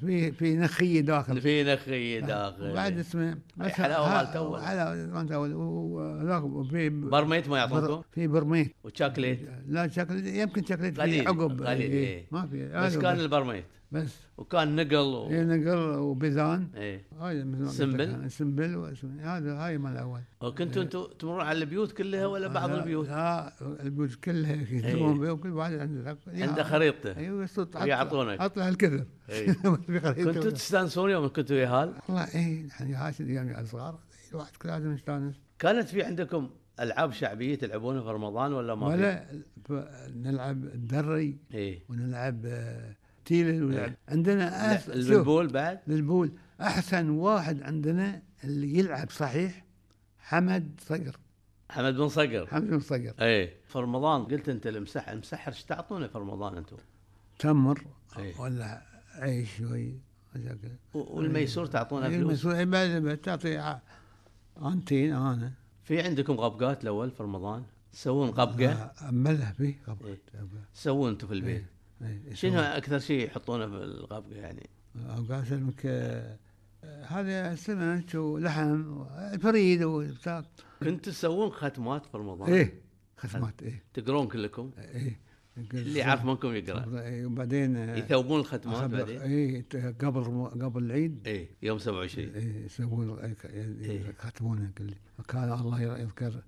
Speaker 4: في في نخيه داخل
Speaker 3: في نخي داخل
Speaker 4: وبعد اسمه
Speaker 3: هاي حلاوة
Speaker 4: ها-
Speaker 3: مالت أول.
Speaker 4: حلاوه مالت اول وذاك في
Speaker 3: برميت ما يعطونكم
Speaker 4: بر- في برميل
Speaker 3: وشاكليت
Speaker 4: لا شكل يمكن شكل
Speaker 3: قليل،
Speaker 4: في عقب
Speaker 3: قليل،
Speaker 4: إيه،
Speaker 3: إيه.
Speaker 4: ما في
Speaker 3: بس
Speaker 4: هذا
Speaker 3: كان البرميت
Speaker 4: بس
Speaker 3: وكان نقل و...
Speaker 4: إيه نقل وبيزان
Speaker 3: ايه
Speaker 4: هاي مثل ما قلت
Speaker 3: سنبل.
Speaker 4: لك أنا، سنبل واسم- هذا هاي مال الاول
Speaker 3: وكنتوا انتوا تمرون على البيوت كلها ولا بعض
Speaker 4: إيه. آه، لا-
Speaker 3: البيوت إيه.
Speaker 4: لا البيوت كلها يجيبون بيه وكل واحد عنده حق. يا-
Speaker 3: عنده خريطته
Speaker 4: ايوه بس تط-
Speaker 3: ويعطونك.
Speaker 4: اطلع الكثر
Speaker 3: إيه.
Speaker 4: في خريطة.
Speaker 3: كنتوا تستانسون يوم كنتوا ياهال
Speaker 4: والله اي يعني إيه، هاي ايام صغار الواحد كان لازم يستانس
Speaker 3: كانت في عندكم العاب شعبيه تلعبونها في رمضان ولا ما في؟
Speaker 4: ولا ف- نلعب الدري
Speaker 3: ايه
Speaker 4: ونلعب آه، تيلل
Speaker 3: إيه.
Speaker 4: ونلعب عندنا أس- آه، شوف،
Speaker 3: البلبول بعد
Speaker 4: للبول احسن واحد عندنا اللي يلعب صحيح حمد صقر
Speaker 3: حمد بن صقر
Speaker 4: حمد بن صقر
Speaker 3: ايه في رمضان قلت انت المسح المسحر ايش تعطونه في رمضان انتم؟
Speaker 4: تمر
Speaker 3: إيه.
Speaker 4: ولا عيش شوي هذاك.
Speaker 3: و- والميسور تعطونه
Speaker 4: إيه،
Speaker 3: فلوس
Speaker 4: مسؤول بعد- بعد تعطي ع- انتين انا
Speaker 3: في عندكم غبقات الاول في رمضان تسوون
Speaker 4: آه.
Speaker 3: غبقه
Speaker 4: املها فيه
Speaker 3: إيه. تسوون انتم في البيت
Speaker 4: إيه.
Speaker 3: شنو اكثر شيء يحطونه في الغبقه يعني؟
Speaker 4: اوقات لك هذا سمك ولحم الفريد وبتاع
Speaker 3: كنتوا تسوون ختمات في رمضان؟
Speaker 4: ايه خدمات ايه
Speaker 3: تقرون كلكم
Speaker 4: ايه
Speaker 3: اللي يعرف منكم يقرا
Speaker 4: إيه، وبعدين آه،
Speaker 3: يثوبون الختمات
Speaker 4: أخذ-
Speaker 3: بعدين
Speaker 4: ايه ت- قبل قبل العيد
Speaker 3: ايه يوم 27
Speaker 4: إيه، يسوون ك- يعني
Speaker 3: إيه.
Speaker 4: يكتبونه كل كان الله ير- يذكر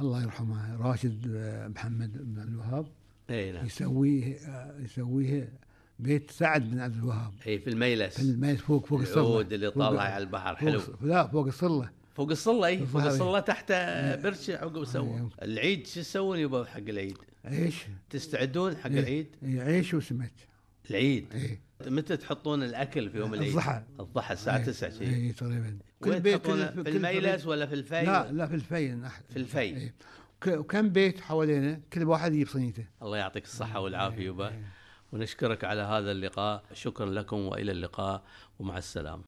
Speaker 4: الله يرحمه راشد آه، محمد بن عبد الوهاب
Speaker 3: اي نعم
Speaker 4: يسويه آه، يسويه بيت سعد بن عبد الوهاب
Speaker 3: اي إيه، في الميلس
Speaker 4: في الميت فوق فوق الصله
Speaker 3: العود اللي
Speaker 4: فوق-
Speaker 3: طالع على البحر
Speaker 4: فوق
Speaker 3: حلو
Speaker 4: الص- لا فوق الصله
Speaker 3: فوق الصله اي فوق
Speaker 4: البحر.
Speaker 3: الصله تحت برش عقب سووا
Speaker 4: أيوة.
Speaker 3: العيد شو تسوون يبا حق العيد؟
Speaker 4: عيش
Speaker 3: تستعدون حق
Speaker 4: إيه،
Speaker 3: العيد؟
Speaker 4: إيه، عيش وسمك
Speaker 3: العيد
Speaker 4: ايه
Speaker 3: متى تحطون الاكل في يوم العيد؟
Speaker 4: الضحى.
Speaker 3: الضحى الساعه 9 شيء
Speaker 4: ايه تقريبا
Speaker 3: وين تحطونه؟ في
Speaker 4: كل
Speaker 3: الميلس
Speaker 4: بيت-
Speaker 3: ولا في الفي؟
Speaker 4: لا لا في الفي أح-
Speaker 3: في الفي.
Speaker 4: إيه. ك- وكم بيت حوالينا كل واحد يجيب صينيته
Speaker 3: الله يعطيك الصحة والعافية
Speaker 4: إيه.
Speaker 3: يبا ونشكرك على هذا اللقاء شكرا لكم وإلى اللقاء ومع السلامة